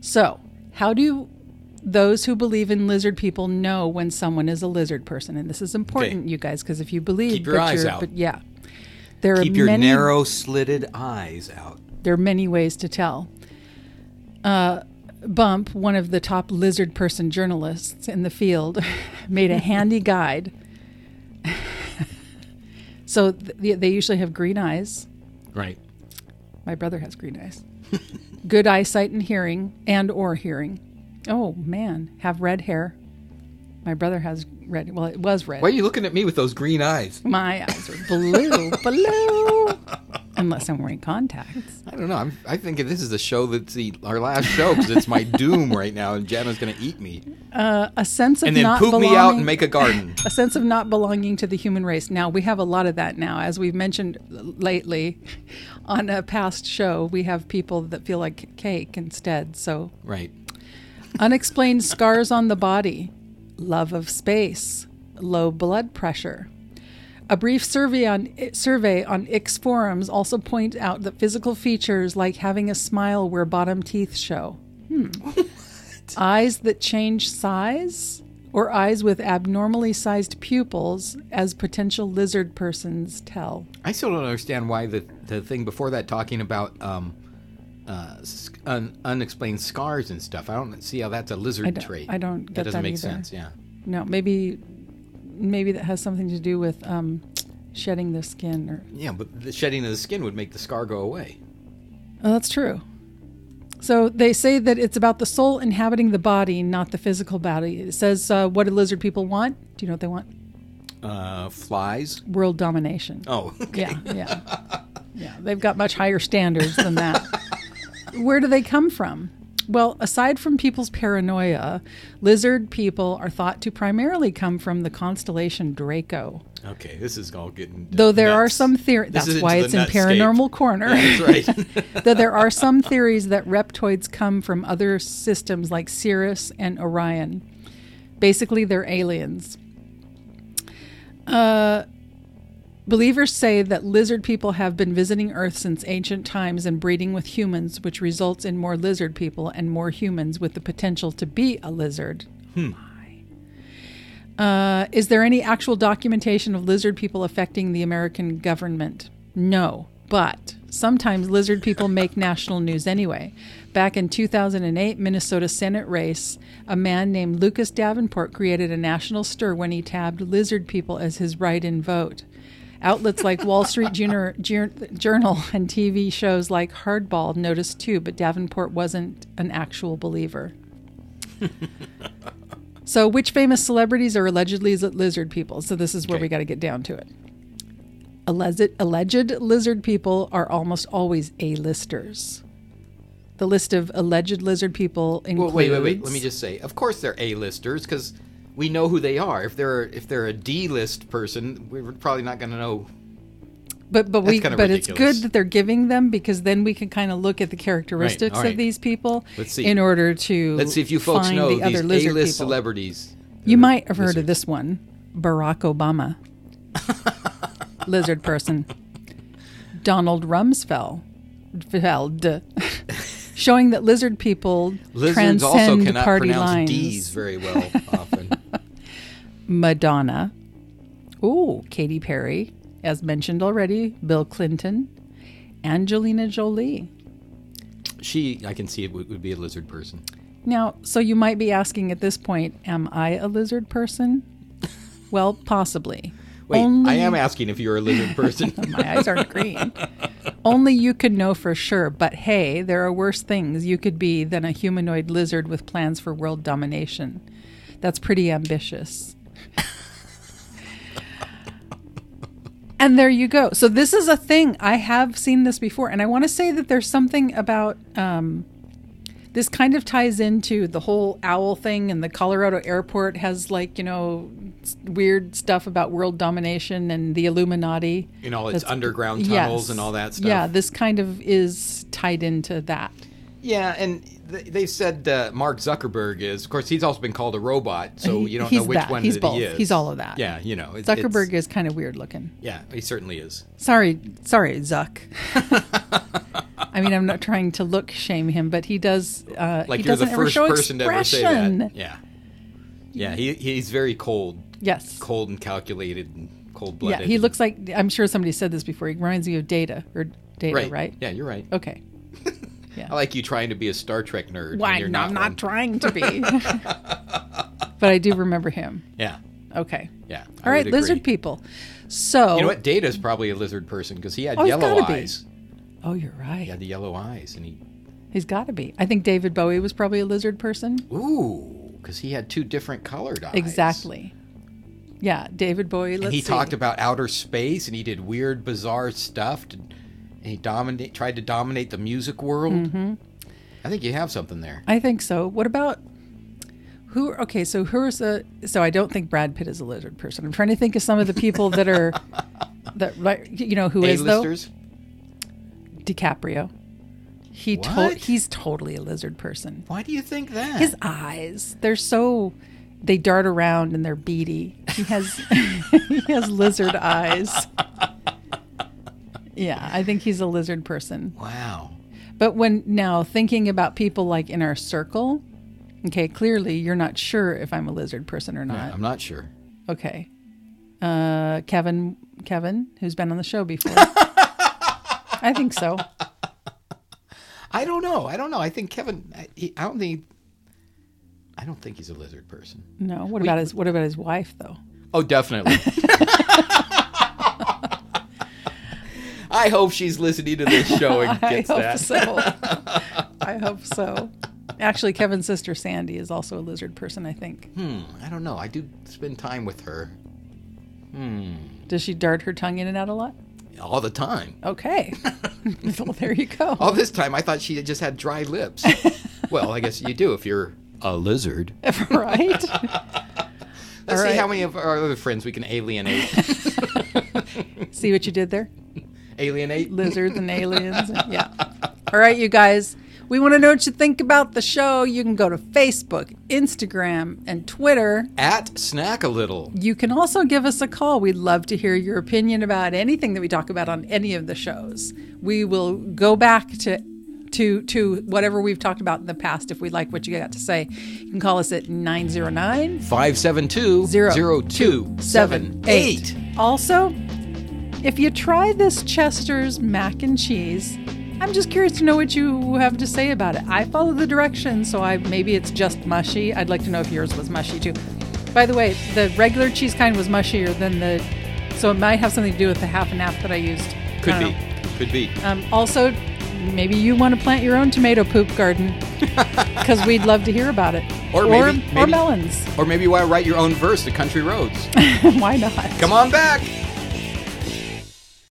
Speaker 1: So, how do those who believe in lizard people know when someone is a lizard person? And this is important, you guys, because if you believe,
Speaker 2: Keep your
Speaker 1: but
Speaker 2: eyes
Speaker 1: you're-
Speaker 2: out.
Speaker 1: But yeah, there
Speaker 2: Keep
Speaker 1: are
Speaker 2: your
Speaker 1: many,
Speaker 2: narrow, slitted eyes out.
Speaker 1: There are many ways to tell. Uh, Bump, one of the top lizard person journalists in the field, made a handy guide. so th- they usually have green eyes.
Speaker 2: Right.
Speaker 1: My brother has green eyes. Good eyesight and hearing and or hearing. Oh man, have red hair. My brother has red. Well, it was red.
Speaker 2: Why are you looking at me with those green eyes?
Speaker 1: My eyes are blue, blue. Unless I'm wearing contacts.
Speaker 2: I don't know. I'm, I think this is a show that's the, our last show because it's my doom right now, and Jana's going to eat me
Speaker 1: A sense of
Speaker 2: and then
Speaker 1: not
Speaker 2: poop
Speaker 1: belonging.
Speaker 2: me out and make a garden.
Speaker 1: a sense of not belonging to the human race. Now, we have a lot of that now. As we've mentioned lately on a past show, we have people that feel like cake instead. So
Speaker 2: right.
Speaker 1: Unexplained scars on the body, love of space, low blood pressure. A brief survey on survey on Ix forums also point out that physical features like having a smile where bottom teeth show, hmm. eyes that change size, or eyes with abnormally sized pupils, as potential lizard persons tell.
Speaker 2: I still don't understand why the the thing before that talking about um, uh, sc- un, unexplained scars and stuff. I don't see how that's a lizard
Speaker 1: I don't-
Speaker 2: trait.
Speaker 1: I don't get
Speaker 2: that doesn't
Speaker 1: that
Speaker 2: make
Speaker 1: either.
Speaker 2: sense. Yeah.
Speaker 1: No, maybe, maybe that has something to do with um, shedding the skin. Or
Speaker 2: Yeah, but the shedding of the skin would make the scar go away.
Speaker 1: oh, that's true. So they say that it's about the soul inhabiting the body, not the physical body. It says, uh, "What do lizard people want? Do you know what they want?
Speaker 2: Uh, flies.
Speaker 1: World domination."
Speaker 2: Oh,
Speaker 1: Yeah, yeah. Yeah, they've got much higher standards than that. Where do they come from? Well, aside from people's paranoia, lizard people are thought to primarily come from the constellation Draco.
Speaker 2: okay. This is all getting.
Speaker 1: Though there are
Speaker 2: nuts.
Speaker 1: some theories,
Speaker 2: This
Speaker 1: that's
Speaker 2: is
Speaker 1: why
Speaker 2: into
Speaker 1: it's
Speaker 2: the
Speaker 1: in
Speaker 2: nutscape.
Speaker 1: Paranormal Corner.
Speaker 2: That's right.
Speaker 1: Though there are some theories that reptoids come from other systems like Cirrus and Orion. Basically, they're aliens. Uh, believers say that lizard people have been visiting Earth since ancient times and breeding with humans, which results in more lizard people and more humans with the potential to be a lizard. Uh, is there any actual documentation of lizard people affecting the American government? No, but sometimes lizard people make national news anyway. Back in 2008 Minnesota Senate race, a man named Lucas Davenport created a national stir when he tabbed lizard people as his write-in vote. Outlets like Wall Street Junior, Jur- Journal and TV shows like Hardball noticed too, but Davenport wasn't an actual believer. So, which famous celebrities are allegedly li- lizard people? So, this is where
Speaker 2: Okay.
Speaker 1: we got to get down to it. Alleged, alleged lizard people are almost always A-listers. The list of alleged lizard people
Speaker 2: Well,
Speaker 1: includes.
Speaker 2: wait, wait, wait. Let me just say. Of course, they're A-listers because we know who they are. If they're if they're a D-list person, we're probably not going to know.
Speaker 1: But but
Speaker 2: That's
Speaker 1: we
Speaker 2: kinda
Speaker 1: but it's
Speaker 2: ridiculous.
Speaker 1: good that they're giving them because then we can kind of look at the characteristics
Speaker 2: all right.
Speaker 1: of these people
Speaker 2: Let's see.
Speaker 1: in order to
Speaker 2: Let's see if you folks
Speaker 1: find
Speaker 2: know
Speaker 1: the
Speaker 2: these
Speaker 1: other lizard
Speaker 2: A-list
Speaker 1: people.
Speaker 2: celebrities.
Speaker 1: You
Speaker 2: that are
Speaker 1: might have heard of
Speaker 2: lizards.
Speaker 1: this one, Barack Obama, lizard person, Donald Rumsfeld, Feld, showing that lizard people
Speaker 2: Lizards
Speaker 1: transcend
Speaker 2: also cannot
Speaker 1: party
Speaker 2: pronounce
Speaker 1: lines.
Speaker 2: D's very well often.
Speaker 1: Madonna, ooh, Katy Perry, as mentioned already, Bill Clinton, Angelina Jolie.
Speaker 2: she, I can see it would, would be a lizard person.
Speaker 1: Now, so you might be asking at this point, am I a lizard person? Well, possibly.
Speaker 2: Wait,
Speaker 1: Only
Speaker 2: I am asking if you're a lizard person.
Speaker 1: My eyes aren't green. Only you could know for sure, but hey, there are worse things you could be than a humanoid lizard with plans for world domination. That's pretty ambitious. and there you go. So, this is a thing. I have seen this before. And I want to say that there's something about um, this kind of ties into the whole owl thing, and the Colorado airport has, like, you know, s- weird stuff about world domination and the Illuminati.
Speaker 2: in all its
Speaker 1: That's-
Speaker 2: underground tunnels and
Speaker 1: Yes.
Speaker 2: all that stuff.
Speaker 1: Yeah, this kind of is tied into that.
Speaker 2: Yeah, and th- they said uh, Mark Zuckerberg is. Of course, he's also been called a robot, so
Speaker 1: He-
Speaker 2: you don't know
Speaker 1: he's
Speaker 2: which
Speaker 1: that.
Speaker 2: one
Speaker 1: He's
Speaker 2: that
Speaker 1: both.
Speaker 2: he is.
Speaker 1: He's all of that.
Speaker 2: Yeah, you know, it's-
Speaker 1: Zuckerberg
Speaker 2: it's-
Speaker 1: is kind of weird looking.
Speaker 2: yeah, he certainly is.
Speaker 1: Sorry, sorry, Zuck. I mean, I'm not trying to look shame him, but he does. Uh,
Speaker 2: Like
Speaker 1: he
Speaker 2: you're the
Speaker 1: doesn't ever
Speaker 2: first
Speaker 1: show
Speaker 2: person to ever say that.
Speaker 1: expression.
Speaker 2: Yeah, yeah, he he's very cold,
Speaker 1: Yes.
Speaker 2: cold and calculated, and cold
Speaker 1: Yeah,
Speaker 2: blooded.
Speaker 1: he looks like. I'm sure somebody said this before. He reminds me of Data or Data, right?
Speaker 2: right. Yeah, you're right.
Speaker 1: Okay.
Speaker 2: I like you trying to be a Star Trek nerd. when
Speaker 1: Why?
Speaker 2: You're
Speaker 1: no,
Speaker 2: not
Speaker 1: I'm not
Speaker 2: one.
Speaker 1: trying to be. but I do remember him.
Speaker 2: Yeah,
Speaker 1: Okay.
Speaker 2: yeah.
Speaker 1: All right, lizard
Speaker 2: people.
Speaker 1: people. So
Speaker 2: You know what? Data's probably a lizard person because he had
Speaker 1: Oh, he's
Speaker 2: yellow
Speaker 1: gotta be.
Speaker 2: eyes.
Speaker 1: Oh, you're right.
Speaker 2: He had the yellow eyes, and he
Speaker 1: He's got to be. I think David Bowie was probably a lizard person.
Speaker 2: ooh, because he had two different colored eyes.
Speaker 1: Exactly. Yeah, David Bowie. Let's
Speaker 2: and he
Speaker 1: see.
Speaker 2: talked about outer space and he did weird bizarre stuff to, and he dominate tried to dominate the music world
Speaker 1: Mm-hmm.
Speaker 2: i think you have something there
Speaker 1: I think so. What about who? Okay, so who is a? So I don't think Brad Pitt is a lizard person. I'm trying to think of some of the people that are that like you know who is
Speaker 2: a-listers
Speaker 1: though DiCaprio. He to-
Speaker 2: What?
Speaker 1: he's totally a lizard person.
Speaker 2: why do you think that
Speaker 1: His eyes, they're so they dart around and they're beady. He has he has lizard eyes. Yeah, I think he's a lizard person.
Speaker 2: wow
Speaker 1: But when now thinking about people like in our circle, Okay, clearly you're not sure if I'm a lizard person or not.
Speaker 2: I'm not sure.
Speaker 1: Okay. Uh, Kevin, Kevin, who's been on the show before. I think so.
Speaker 2: I don't know. I don't know. I think Kevin. I, he, I don't think. I don't think he's a lizard person.
Speaker 1: No. What about his What about his wife though?
Speaker 2: Oh, definitely. I hope she's listening to this show and gets
Speaker 1: I hope
Speaker 2: that.
Speaker 1: so. I hope so. Actually, Kevin's sister Sandy is also a lizard person. I think.
Speaker 2: Hmm. I don't know. I do spend time with her
Speaker 1: Does she dart her tongue in and out a lot?
Speaker 2: all the time.
Speaker 1: Okay. well, there you go.
Speaker 2: All this time, I thought she had just had dry lips. well, I guess you do if you're a lizard.
Speaker 1: right?
Speaker 2: Let's
Speaker 1: All
Speaker 2: see
Speaker 1: right.
Speaker 2: how many of our other friends we can alienate.
Speaker 1: See what you did there?
Speaker 2: alienate?
Speaker 1: lizards and aliens. and- yeah. All right, you guys. We want to know what you think about the show. You can go to Facebook, Instagram, and Twitter.
Speaker 2: At snack a little.
Speaker 1: You can also give us a call. We'd love to hear your opinion about anything that we talk about on any of the shows. We will go back to to to whatever we've talked about in the past if we like what you got to say. You can call us at 909
Speaker 2: 572
Speaker 1: Zero,
Speaker 2: 0278.
Speaker 1: Also, if you try this Chester's mac and cheese, I'm just curious to know what you have to say about it. I follow the directions, so I maybe it's just mushy. I'd like to know if yours was mushy too. By the way, the regular cheese kind was mushier than the, so it might have something to do with the half and half that I used. I
Speaker 2: Could
Speaker 1: don't
Speaker 2: be.
Speaker 1: know.
Speaker 2: Could be.
Speaker 1: Um, also, maybe you want to plant your own tomato poop garden because we'd love to hear about it.
Speaker 2: Or
Speaker 1: or,
Speaker 2: maybe- maybe-
Speaker 1: melons.
Speaker 2: Or maybe you want to write your own verse to Country Roads.
Speaker 1: Why not?
Speaker 2: Come on back.